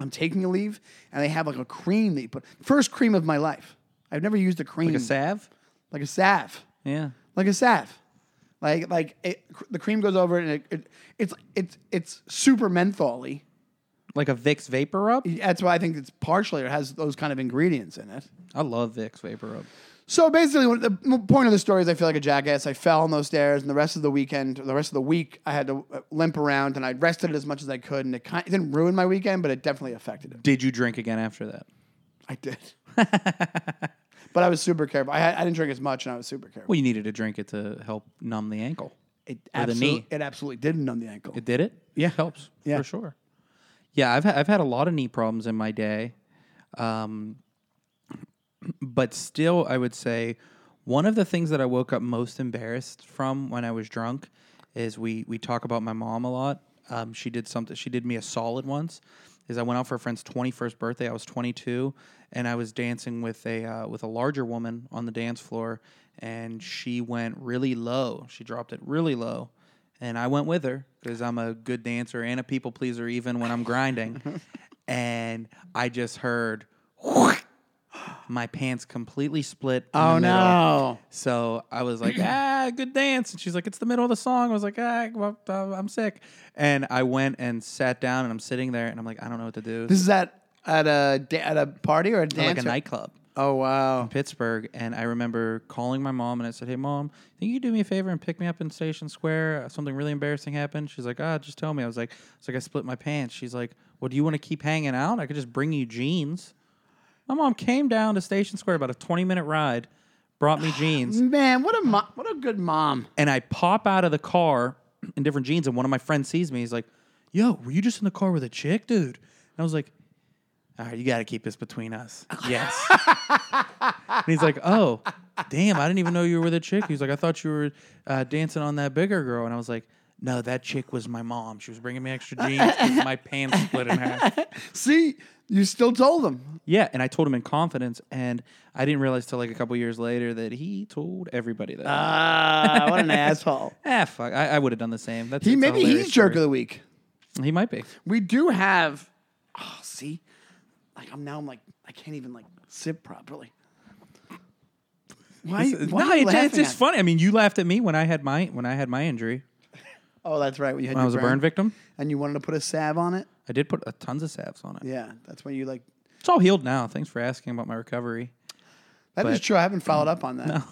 B: I'm taking a leave, and they have like a cream that you put. First cream of my life. I've never used a cream
A: Like a salve?
B: like a salve
A: Yeah.
B: like a salve. Like like it, the cream goes over it and it, it it's it's it's super mentholy.
A: Like a Vicks Vapor Rub?
B: That's why I think it's partially it has those kind of ingredients in it.
A: I love Vicks Vapor Rub.
B: So basically, what- the m- point of the story is I feel like a jackass. I fell on those stairs, and the rest of the weekend, the rest of the week, I had to uh, limp around, and I rested as much as I could, and it, kind it didn't ruin my weekend, but it definitely affected it.
A: Did you drink again after that?
B: I did, but I was super careful. I, had, I didn't drink as much, and I was super careful.
A: Well, you needed to drink it to help numb the ankle.
B: It
A: or the
B: absolutely,
A: knee.
B: it absolutely didn't numb the ankle.
A: It did it?
B: Yeah.
A: It helps
B: Yeah.
A: for sure. Yeah, I've, ha- I've had a lot of knee problems in my day. Um, but still, I would say one of the things that I woke up most embarrassed from when I was drunk is we, we talk about my mom a lot. Um, she did something, she did me a solid once. Is I went out for a friend's 21st birthday. I was 22, and I was dancing with a uh, with a larger woman on the dance floor, and she went really low. She dropped it really low, and I went with her because I'm a good dancer and a people pleaser, even when I'm grinding. and I just heard my pants completely split. in the
B: oh
A: middle.
B: no!
A: So I was like, ah, good dance. And she's like, it's the middle of the song. I was like, ah, well, uh, I'm sick. And I went and sat down, and I'm sitting there, and I'm like, I don't know what to do.
B: This is at at a da- at a party or a dance
A: like a
B: or-
A: nightclub.
B: Oh wow!
A: Pittsburgh, and I remember calling my mom and I said, "Hey, mom, think you could do me a favor and pick me up in Station Square? Uh, Something really embarrassing happened." She's like, "Ah, just tell me." I was like, "It's like I split my pants." She's like, "Well, do you want to keep hanging out? I could just bring you jeans." My mom came down to Station Square about a twenty-minute ride, brought me jeans,
B: Man, what a mo- what a good mom.
A: and I pop out of the car in different jeans, and one of my friends sees me. He's like, "Yo, were you just in the car with a chick, dude?" And I was like, "All right, you got to keep this between us." Yes. and he's like, "Oh, damn, I didn't even know you were with a chick." He's like, "I thought you were uh, dancing on that bigger girl," and I was like. No, that chick was my mom. She was bringing me extra jeans. 'cause my pants split in half.
B: See, you still told them.
A: Yeah, and I told him in confidence, and I didn't realize till like a couple years later that he told everybody that.
B: Ah, what an asshole.
A: ah, fuck, I, I would have done the same. That's
B: He
A: it's a
B: maybe he's
A: hilarious
B: jerk
A: story.
B: of the week.
A: He might be.
B: We do have. Oh, see, like I'm now. I'm like I can't even like sip properly. Why? why
A: uh, no,
B: are you
A: it's, it's
B: laughing at
A: just
B: me?
A: funny. I mean, you laughed at me when I had my when I had my injury
B: Oh, that's right. When you had
A: when I
B: your
A: was a burn victim.
B: and you wanted to put a salve on it.
A: I I did put a tons of salves on it.
B: Yeah, that's why you like.
A: It's all healed now. Thanks for asking about my recovery.
B: That is
A: But-
B: true. I haven't followed up on that.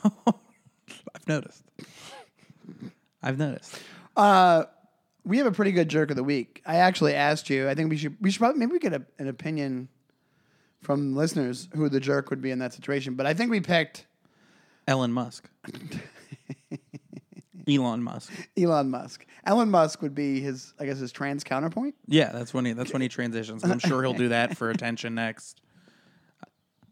A: I've noticed. I've noticed.
B: We have a pretty good jerk of the week. I actually asked you. I think we should. We should probably maybe we get a, an opinion from listeners who the jerk would be in that situation. But I think we picked
A: Elon Musk. Elon Musk.
B: Elon Musk. Elon Musk would be his, I guess, his trans counterpoint.
A: Yeah, that's when he that's when he transitions. and I'm sure he'll do that for attention next.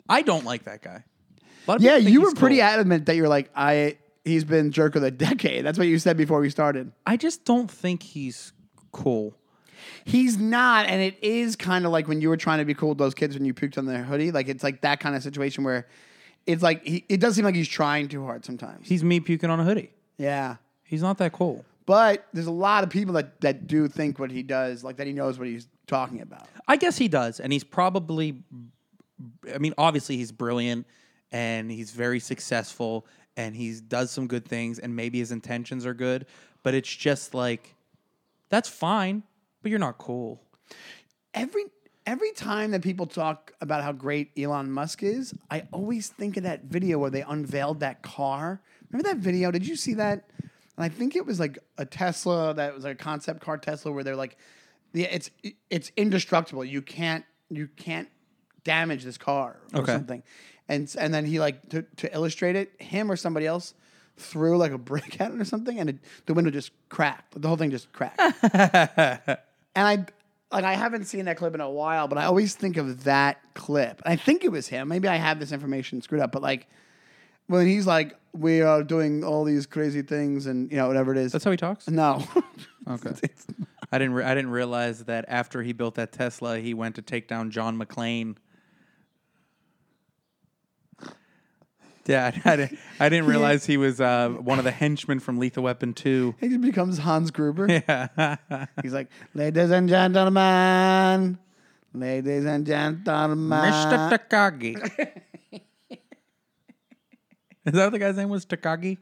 A: I don't like that guy. A lot of
B: Yeah,
A: people think
B: you
A: he's
B: were pretty
A: cool.
B: adamant that you're like I. He's been jerk of the decade. That's what you said before we started.
A: I just don't think he's cool.
B: He's not, and it is kind of like when you were trying to be cool with those kids when you puked on their hoodie. Like it's like that kind of situation where it's like he, it does seem like he's trying too hard sometimes.
A: He's me puking on a hoodie.
B: Yeah,
A: He's not that cool.
B: but there's a lot of people that that do think what he does, like that he knows what he's talking about.
A: I guess he does, and he's probably. I mean, obviously he's brilliant, and he's very successful, and he does some good things, and maybe his intentions are good, but it's just like, that's fine, but you're not cool.
B: Every every time that people talk about how great Elon Musk is, I always think of that video where they unveiled that car. Remember that video? Did you see that? And I think it was like a Tesla that was like a concept car Tesla where they're like, yeah, it's it's indestructible. You can't you can't damage this car or
A: Okay.
B: something. And and then he like to, to illustrate it, him or somebody else threw like a brick at it or something, and it, the window just cracked. The whole thing just cracked. And I like I haven't seen that clip in a while, but I always think of that clip. I think it was him. Maybe I have this information screwed up, but like when he's like, "We are doing all these crazy things," and you know whatever it is.
A: That's how he talks.
B: no,
A: Okay. I didn't. Re- I didn't realize that after he built that Tesla, he went to take down John McClane. Yeah, I, I, didn't- I didn't realize he was uh, one of the henchmen from Lethal Weapon Two.
B: he just becomes Hans Gruber.
A: Yeah.
B: He's like, "Ladies and gentlemen, ladies and gentlemen."
A: Mr. Takagi. Is that what the guy's name was? Takagi?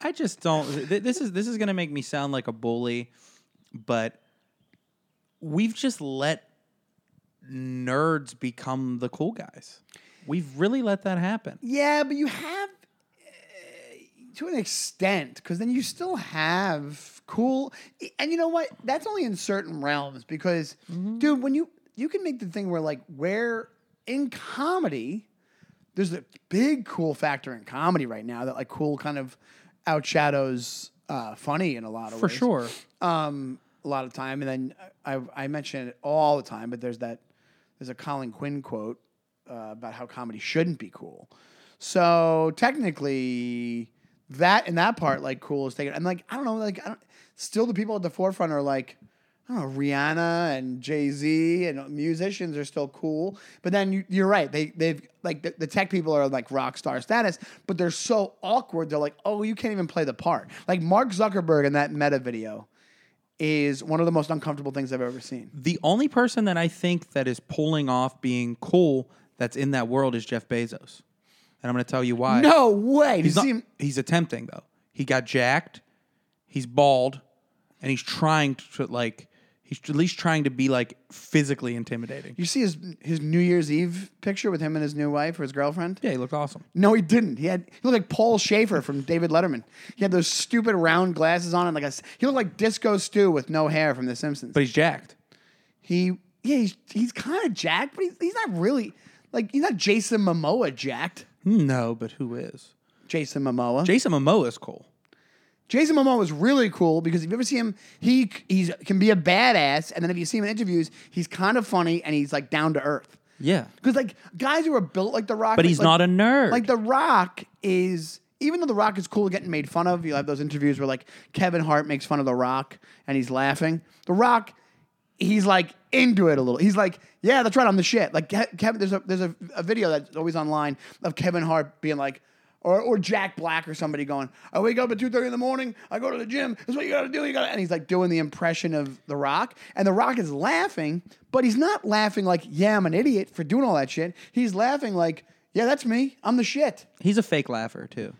A: I just don't. th- This is this is going to make me sound like a bully, but we've just let nerds become the cool guys. We've really let that happen.
B: Yeah, but you have uh, to an extent because then you still have cool. And you know what? That's only in certain realms because,
A: Mm-hmm.
B: dude, when you you can make the thing where like where in comedy, there's a big cool factor in comedy right now that like cool kind of outshadows uh, funny in a lot of
A: For
B: ways
A: sure.
B: um, a lot of time. And then I, I mention it all the time, but there's that there's a Colin Quinn quote uh, about how comedy shouldn't be cool. So technically, that and that part like cool is taken. And like I don't know, like I don't, still the people at the forefront are like. I don't know, Rihanna and Jay Z and musicians are still cool, but then you, you're right. They they've like the, the tech people are like rock star status, but they're so awkward. They're like, oh, you can't even play the part. Like Mark Zuckerberg in that Meta video, is one of the most uncomfortable things I've ever seen.
A: The only person that I think that is pulling off being cool that's in that world is Jeff Bezos. And I'm going to tell you why.
B: No way. Did you
A: He's, not-
B: see him?
A: he's attempting though. He got jacked. He's bald, and he's trying to like. He's at least trying to be like physically intimidating.
B: You see his his New Year's Eve picture with him and his new wife or his girlfriend?
A: Yeah, he looked awesome.
B: No, he didn't. He had he looked like Paul Schaefer from David Letterman. He had those stupid round glasses on and like a s- he looked like Disco Stew with no hair from The Simpsons.
A: But he's jacked.
B: he yeah he's he's kind of jacked, but he's, he's not really like he's not Jason Momoa jacked.
A: No, but who is?
B: Jason Momoa.
A: Jason Momoa is cool.
B: Jason Momoa was really cool because if you ever see him, he he's, can be a badass, and then if you see him in interviews, he's kind of funny and he's like down to earth.
A: Yeah,
B: Because like guys who are built like The Rock,
A: but he's not a nerd.
B: like The Rock is. Even though The Rock is cool getting made fun of, you have those interviews where like Kevin Hart makes fun of The Rock and he's laughing. The Rock, he's like into it a little. He's like, yeah, that's right, I'm the shit. Like Ke- Kevin, there's a there's a, a video that's always online of Kevin Hart being like. Or, or Jack Black or somebody going, I wake up at 2.30 in the morning, I go to the gym, that's what you gotta do, you gotta, and he's like doing the impression of The Rock, and The Rock is laughing, but he's not laughing like, yeah, I'm an idiot for doing all that shit. He's laughing like, yeah, that's me, I'm the shit.
A: he's a fake laugher too.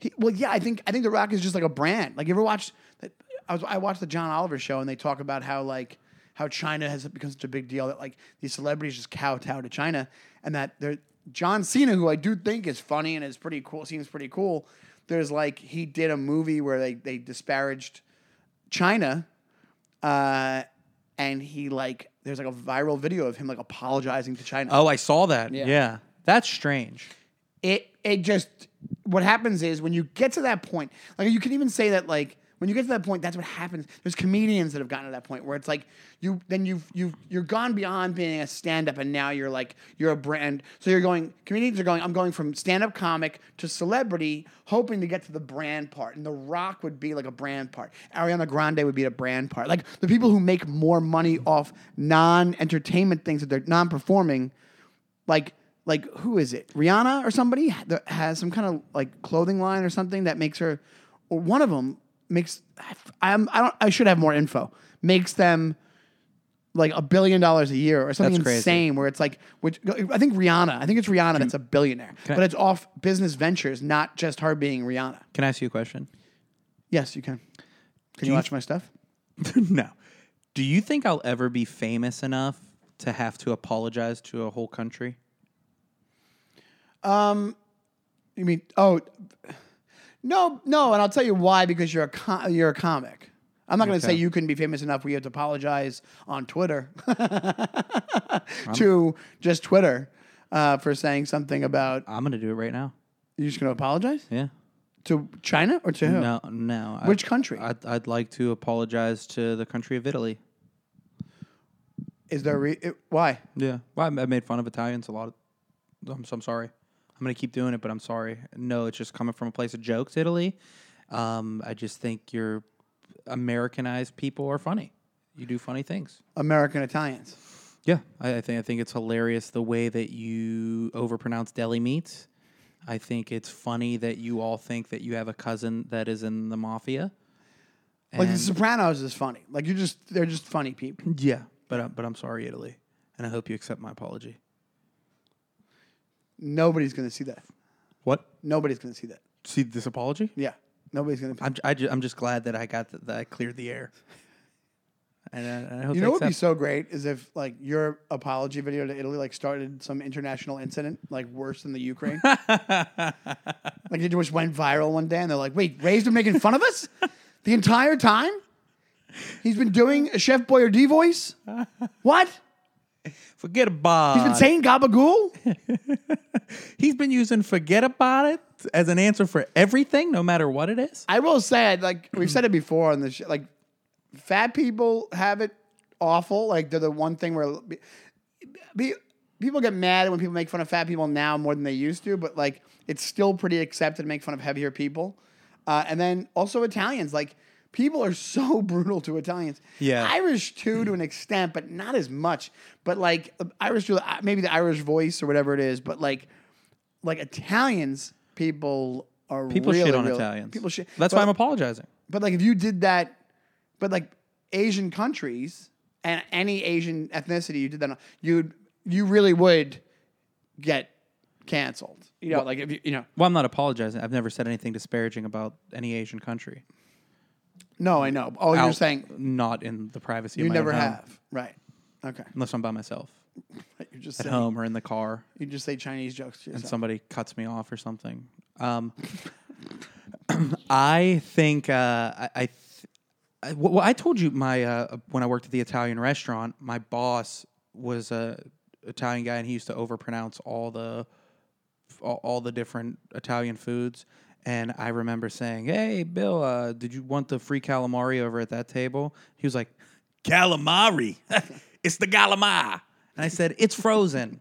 B: He, well, yeah, I think I think The Rock is just like a brand. Like you ever watched? I I was I watched the John Oliver show and they talk about how like how China has become such a big deal that like these celebrities just kowtow to China and that they're John Cena, who I do think is funny and is pretty cool, seems pretty cool. There's like he did a movie where they they disparaged China, uh, and he like there's like a viral video of him like apologizing to China.
A: Oh, I saw that.
B: Yeah.
A: Yeah. That's strange.
B: it it just what happens is when you get to that point, like you can even say that like when you get to that point, that's what happens. There's comedians that have gotten to that point where it's like you then you've you've you're gone beyond being a stand up and now you're like you're a brand. So you're going comedians are going I'm going from stand up comic to celebrity hoping to get to the brand part. And The Rock would be like a brand part. Ariana Grande would be a brand part. Like the people who make more money off non-entertainment things that they're non-performing like like who is it rihanna or somebody ha- that has some kind of like clothing line or something that makes her or one of them makes I'm, i don't i should have more info makes them like a billion dollars a year or something
A: That's crazy.
B: insane where it's like which i think rihanna i think it's rihanna that's a
A: Mm.
B: billionaire
A: I-
B: but it's off business ventures not just her being rihanna
A: Can I ask you a question?
B: yes you can can you,
A: you-
B: watch my stuff
A: no. Do you think I'll ever be famous enough to have to apologize to a whole country?
B: you mean oh no no and i'll tell you why because you're a com- you're a comic i'm not going to say you couldn't be famous enough where you have to apologize on twitter to just twitter uh, for saying something about
A: I'm going to do it right now.
B: you're just going to apologize
A: Yeah.
B: to china or to who
A: No, no. I-
B: Which country?
A: I'd, I'd like to apologize to the country of Italy.
B: is there re- it, why
A: Yeah. Well, I I made fun of Italians a lot. Of, I'm, so I'm sorry. I'm going to keep doing it, but I'm sorry. No, it's just coming from a place of jokes, Italy. Um, I just think your Americanized people are funny. You do funny things.
B: american italians
A: Yeah, I, I think I think it's hilarious the way that you overpronounce deli meats. I think it's funny that you all think that you have a cousin that is in the mafia.
B: like the
A: And-
B: sopranos is funny like you just they're just funny people
A: yeah, but I, but I'm sorry, Italy, and I hope you accept my apology.
B: nobody's going to see that
A: What?
B: nobody's going to see that
A: See this apology?
B: yeah nobody's going to
A: I'm, I am just glad that I got th- that I cleared the air. And I, I hope
B: You
A: they
B: know what would be
A: accept-
B: so great is if like your apology video to Italy like started some international incident like worse than the Ukraine. like it just went viral one day and they're like, wait, Ray's been making fun of us the entire time? He's been doing a Chef Boyardee voice? What?
A: forget about.
B: He's been saying gabagool?
A: he's been using forget about it as an answer for everything, no matter what it is.
B: I will say, like we've said it before on the show, like fat people have it awful. Like they're the one thing where be, be- people get mad when people make fun of fat people now more than they used to, but like it's still pretty accepted to make fun of heavier people. Uh, and then also Italians, like people are so brutal to Italians.
A: Yeah.
B: Irish too to an extent, but not as much. But like uh, Irish, do- maybe the Irish voice or whatever it is, but like like Italians people are
A: People
B: really,
A: shit on
B: really-
A: Italians.
B: People shit.
A: That's
B: but,
A: why I'm apologizing.
B: But like if you did that, but like Asian countries and any Asian ethnicity, you did that, you'd you really would get canceled. You know, like if you you know.
A: Well, I'm not apologizing. I've never said anything disparaging about any Asian country.
B: No, I know. Oh, you're
A: Out-
B: saying
A: not in the privacy.
B: you
A: of my
B: never
A: own home,
B: have, right? Okay,
A: unless I'm by myself
B: you just
A: at
B: say,
A: home or in the car,
B: you just say Chinese jokes to
A: and
B: yourself.
A: somebody cuts me off or something. Um, I think uh, I. I th- I- well, I told you my uh, when I worked at the Italian restaurant, my boss was a Italian guy, and he used to overpronounce all the all, all the different Italian foods. And I remember saying, "Hey, Bill, uh, did you want the free calamari over at that table?" He was like, "Calamari, it's the calamari." And I said, "It's frozen."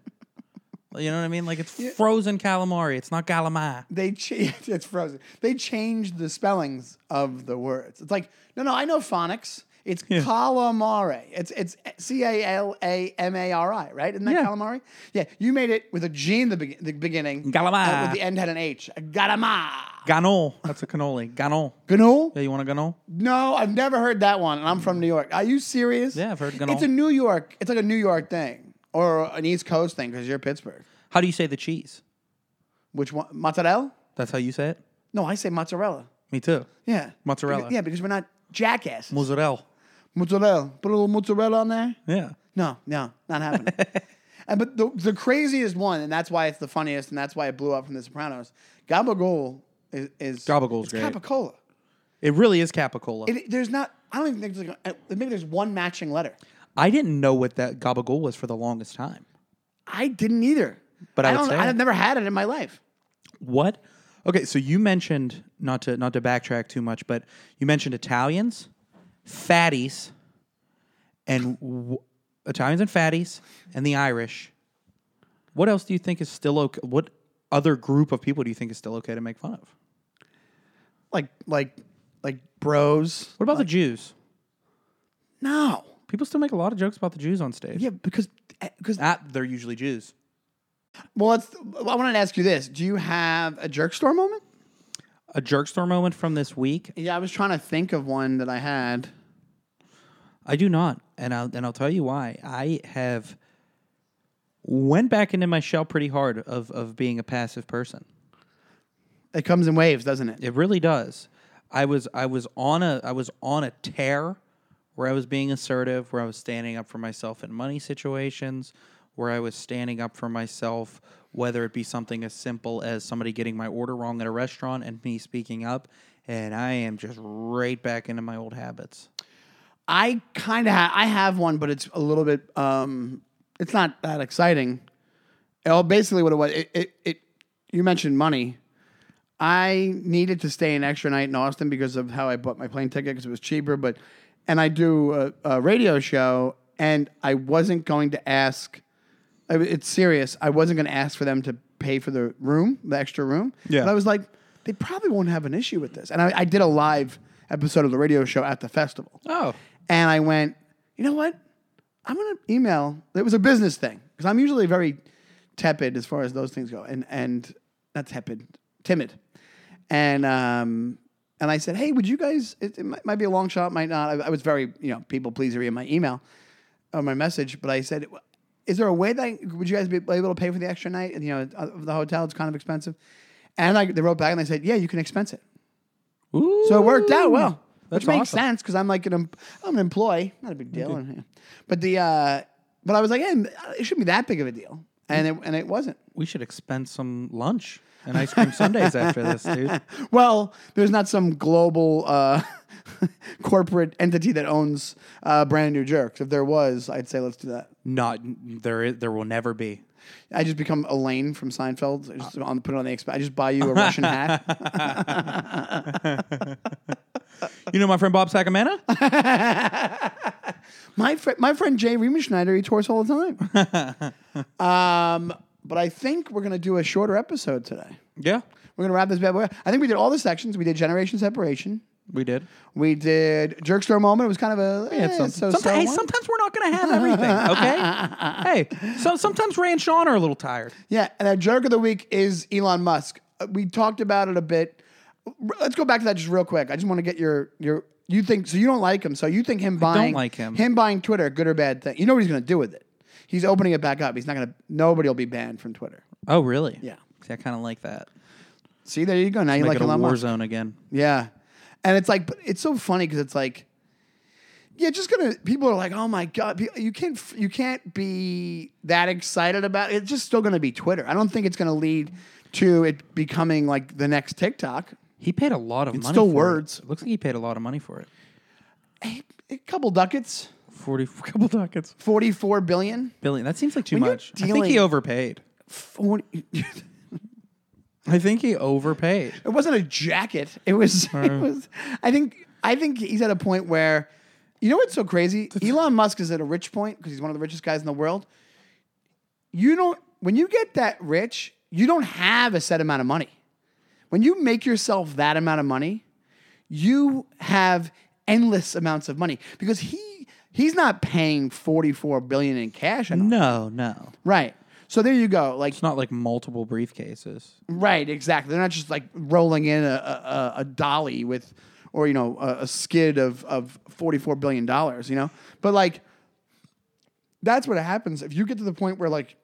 A: you know what I mean? Like it's frozen calamari. It's not calamari.
B: they cha- it's frozen. They changed the spellings of the words. It's like no, no, I know phonics. It's calamari. It's it's C A L A M A R I, right? Isn't that
A: Yeah.
B: calamari? Yeah, you made it with a G in the, be- the beginning.
A: Calamari.
B: uh, With the end had an H. Galama.
A: Ganon. That's a cannoli. Ganon.
B: Ganul?
A: Yeah, you want a ganon?
B: No, I've never heard that one, and I'm from New York. Are you serious?
A: Yeah, I've heard ganol.
B: It's a New York. It's like a New York thing or an East Coast thing because you're Pittsburgh.
A: How do you say the cheese?
B: Which one? Mozzarella?
A: That's how you say it?
B: No, I say mozzarella.
A: Me too.
B: Yeah.
A: Mozzarella.
B: Beca- yeah, because we're not jackasses.
A: Mozzarella.
B: mozzarella. Put a little mozzarella on there.
A: Yeah.
B: No, no, not happening. and, but the, the craziest one, and that's why it's the funniest, and that's why it blew up from The Sopranos. Gabagool is, is
A: Gabagool's
B: it's
A: great.
B: Capicola.
A: It really is Capicola.
B: It, there's not. I don't even think there's like a, maybe there's one matching letter.
A: I didn't know what that gabagool was for the longest time.
B: I didn't either.
A: But I would
B: don't.
A: say
B: I've
A: it.
B: never had it in my life.
A: What? Okay, so you mentioned not to not to backtrack too much, but you mentioned Italians, fatties, and w- Italians and fatties, and the Irish. What else do you think is still okay? What other group of people do you think is still okay to make fun of?
B: Like like like bros.
A: What about the Jews?
B: No.
A: People still make a lot of jokes about the Jews on stage.
B: Yeah, because because
A: Ah, they're usually Jews.
B: well, let's, I wanted to ask you this. Do you have a jerk store moment?
A: A jerk store moment from this week?
B: Yeah, I was trying to think of one that I had.
A: I do not, and I'll and I'll tell you why. I have went back into my shell pretty hard of of being a passive person.
B: It comes in waves, doesn't it?
A: It really does. I was I was on a I was on a tear where I was being assertive, where I was standing up for myself in money situations, where I was standing up for myself, whether it be something as simple as somebody getting my order wrong at a restaurant and me speaking up, and I am just right back into my old habits.
B: I kind of ha- I have one, but it's a little bit. Um, it's not that exciting. Well, basically, what it was, it, it, it you mentioned money. I needed to stay an extra night in Austin because of how I bought my plane ticket because it was cheaper. But and I do a, a radio show, and I wasn't going to ask. I- It's serious. I wasn't going to ask for them to pay for the room, the extra room.
A: Yeah.
B: But I was like, they probably won't have an issue with this. And I, I did a live episode of the radio show at the festival.
A: Oh.
B: And I went, you know what? I'm gonna email. It was a business thing because I'm usually very tepid as far as those things go, and and not tepid, timid. And um, and I said, hey, would you guys? It, it might, might be a long shot, might not. I, I was very you know people pleaser in my email or my message, but I said, is there a way that I, would you guys be able to pay for the extra night? And you know, uh, of the hotel, it's kind of expensive. And I, they wrote back and they said, yeah, you can expense it. So it worked out well,
A: That's
B: which makes
A: awesome.
B: sense because I'm like an em- I'm an employee, not a big deal. But the uh, but I was like, hey, it shouldn't be that big of a deal, and it and it wasn't.
A: We should expense some lunch and ice cream sundaes after this, dude.
B: Well, there's not some global uh, corporate entity that owns uh, brand new jerks. If there was, I'd say let's do that.
A: Not there. i- There will never be.
B: I just become Elaine from Seinfeld. I just
A: Uh.
B: on, put it on the exp- I just buy you a Russian hat.
A: You know my friend Bob Sacamana?
B: My fr- my friend Jay Riemann Schneider, he tours all the time. um, but I think we're gonna do a shorter episode today.
A: yeah,
B: We're gonna wrap this bad boy. up. I think we did all the sections. We did generation separation.
A: we did.
B: We did jerk store moment. It was kind of a eh,
A: It's some-
B: so
A: someti-
B: so.
A: hey,
B: one.
A: sometimes we're not going to have everything, okay? hey, so sometimes Ray and Sean are a little tired.
B: yeah, and our jerk of the week is Elon Musk. Uh, We talked about it a bit. R- Let's go back to that just real quick. I just want to get your your you think so you don't like him. So you think him buying
A: like him.
B: him buying Twitter, good or bad thing. You know what he's gonna do with it. He's opening it back up. He's not gonna. Nobody will be banned from Twitter.
A: Oh, really?
B: Yeah.
A: See, I kind of like that.
B: See, there you go. Now you
A: Make
B: like
A: it a
B: Elon
A: war
B: Musk.
A: zone again.
B: Yeah. And it's like, but it's so funny because it's like, yeah, just gonna. People are like, oh my god, pe- you can't, f- you can't be that excited about. It's just still gonna be Twitter. I don't think it's gonna lead to it becoming like the next TikTok.
A: He paid a lot of money.
B: still
A: for
B: words.
A: It. Looks like he paid a lot of money for it.
B: A, a couple ducats,
A: Forty couple dockets.
B: forty-four billion.
A: Billion. That seems like too
B: When you're
A: much. I think he
B: dealing-
A: overpaid.
B: 40, it
A: I think he overpaid.
B: wasn't a jacket. It was. It was. I think. I think he's at a point where, you know what's so crazy? Elon Musk is at a rich point because he's one of the richest guys in the world. you don't when you get that rich, you don't have a set amount of money. When you make yourself that amount of money, you have endless amounts of money because he he's not paying 44 billion in cash and
A: No, no.
B: right. So there you go. Like
A: It's not like multiple briefcases.
B: right, exactly. They're not just like rolling in a a, a- a dolly with or you know a, a skid of of 44 billion dollars, you know? But like that's what happens if you get to the point where like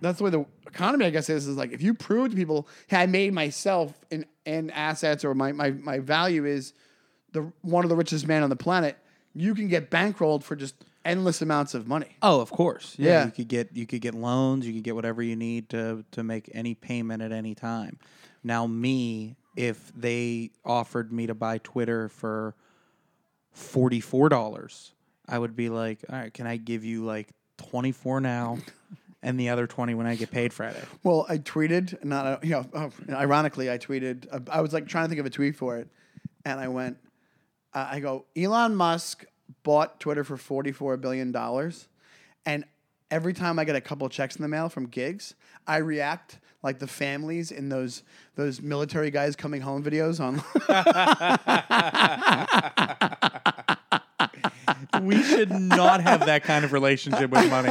B: that's the way the economy, I guess, is. Is like if you prove to people, hey, I made myself in in assets or my my my value is the one of the richest men on the planet, you can get bankrolled for just endless amounts of money.
A: Oh, of course.
B: Yeah.
A: you could get you could get loans. You could get whatever you need to to make any payment at any time. Now, me, if they offered me to buy Twitter for forty four dollars, I would be like, all right, can I give you like twenty four now, and the other twenty when I get paid Friday?
B: Well, I tweeted, not you know, oh, ironically, I tweeted. uh, I was like trying to think of a tweet for it, and I went, uh, I go, Elon Musk bought Twitter for forty-four billion dollars, and every time I get a couple checks in the mail from gigs, I react like the families in those those military guys coming home videos on.
A: We should not have that kind of relationship with money.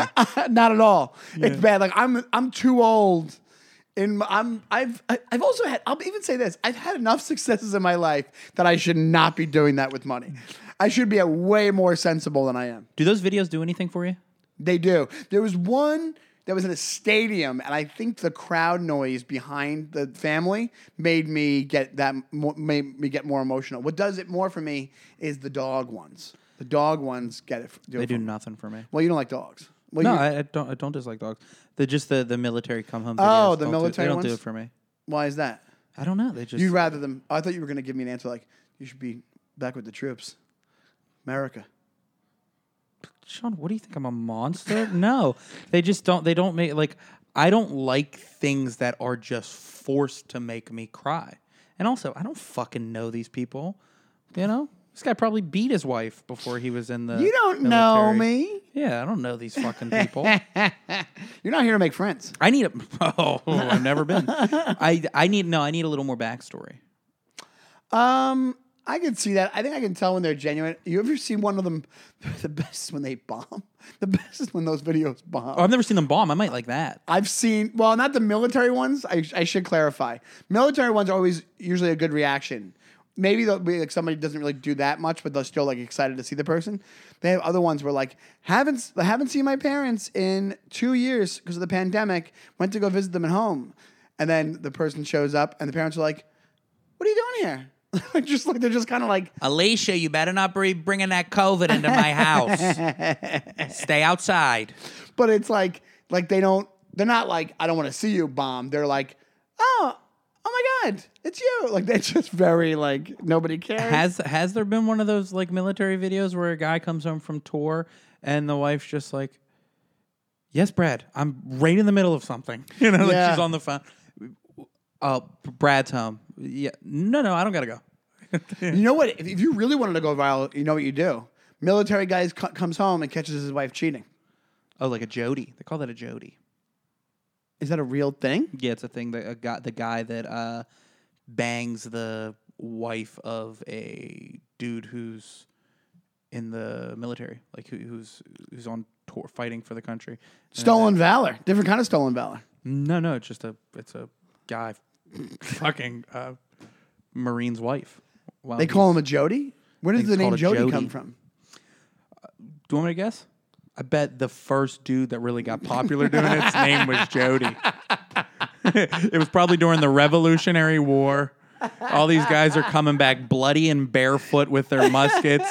B: not at all. It's bad. Like I'm I'm too old. In my, I'm I've I- I've also had I'll even say this I've had enough successes in my life that I should not be doing that with money. I should be a way more sensible than I am.
A: Do those videos do anything for you?
B: They do. There was one that was in a stadium, and I think the crowd noise behind the family made me get that mo- made me get more emotional. What does it more for me is the dog ones. The dog ones get it. Do
A: They
B: it for
A: do
B: me.
A: nothing for me.
B: Well, you don't like dogs. Well,
A: No,
B: you,
A: I, I don't. I don't dislike dogs. They're just the, the military come home.
B: Oh,
A: videos
B: the
A: don't
B: military
A: do, they don't do
B: ones?
A: it for me.
B: why is that?
A: I don't know. They just
B: You'd rather them. I thought you were going to give me an answer like you should be back with the troops, America.
A: Sean, what do you think? I'm a monster? no, they just don't. They don't make like I don't like things that are just forced to make me cry. And also, I don't fucking know these people. You know, this guy probably beat his wife before he was in the.
B: You don't know
A: military.
B: me.
A: Yeah, I don't know these fucking people.
B: You're not here to make friends.
A: I need a. Oh, I've never been. I I need no. I need a little more backstory.
B: Um, I can see that. I think I can tell when they're genuine. You ever see one of them? The best is when they bomb. The best is when those videos bomb.
A: Oh, I've never seen them bomb. I might like that.
B: I've seen, well, not the military ones. I, I should clarify. Military ones are always usually a good reaction. Maybe they'll be like somebody doesn't really do that much, but they're still like excited to see the person. They have other ones where like haven't s- haven't seen my parents in two years because of the pandemic. Went to go visit them at home, and then the person shows up, and the parents are like, "What are you doing here?" Like, just like they're just kind of like
A: Alicia, you better not be bringing that COVID into my house. Stay outside.
B: But it's like like they don't they're not like I don't want to see you bomb. They're like, "Oh, oh my god, it's you." Like they're just very like nobody cares.
A: Has has there been one of those like military videos where a guy comes home from tour and the wife's just like, "Yes, Brad, I'm right in the middle of something." You know, like
B: Yeah.
A: she's on the phone. Uh, Brad's home. Yeah, no, no, I don't gotta go.
B: you know what? If, if you really wanted to go viral, you know what you do. Military guy co- comes home and catches his wife cheating.
A: Oh, like a Jody. They call that a Jody.
B: Is that a real thing?
A: Yeah, it's a thing that a guy, the guy that uh, bangs the wife of a dude who's in the military, like who, who's who's on tour fighting for the country.
B: Stolen valor, different kind of stolen valor.
A: No, no, it's just a it's a guy fucking uh, Marine's wife. Wow.
B: They call him a Jody. Where does
A: think
B: the
A: it's
B: name
A: called a
B: Jody
A: Jody.
B: come from?
A: Do you want me to guess? I bet the first dude that really got popular doing its name was Jody. it was probably during the Revolutionary War. All these guys are coming back bloody and barefoot with their muskets.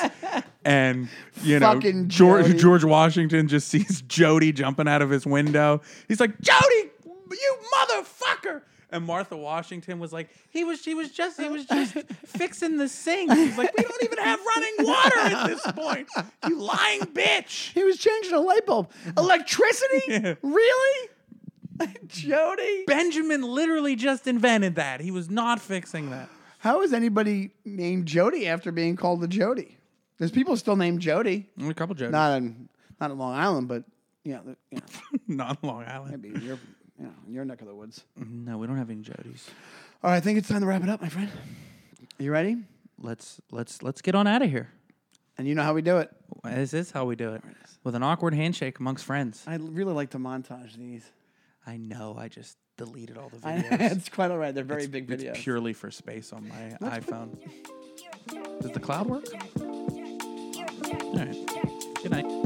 A: And you know,
B: Fucking
A: George,
B: Jody.
A: George Washington just sees Jody jumping out of his window. He's like, "Jody, you motherfucker!" And Martha Washington was like, "He was, she was just, he was just fixing the sink." He's like, "We don't even have running water at this point, you lying bitch."
B: He was changing a light bulb. Electricity?
A: Yeah.
B: Really? Jody?
A: Benjamin literally just invented that. He was not fixing that.
B: How is anybody named Jody after being called a Jody? There's people still named Jody.
A: A couple jokes, not,
B: Not in not in Long Island, but you know, the- you know
A: Long Island.
B: maybe your you know, your neck of the woods.
A: No, we don't have any Jodys.
B: All right, I think it's time to wrap it up, my friend. You ready?
A: Let's let's let's get on out of here.
B: And you know how we do it.
A: This is how we do it with an awkward handshake amongst friends.
B: I really like to montage these.
A: I know. I just deleted all the
B: I-
A: videos.
B: it's quite all right. They're very big
A: It's
B: videos.
A: purely for space on my iPhone.
C: Does the cloud work? All right. Good night.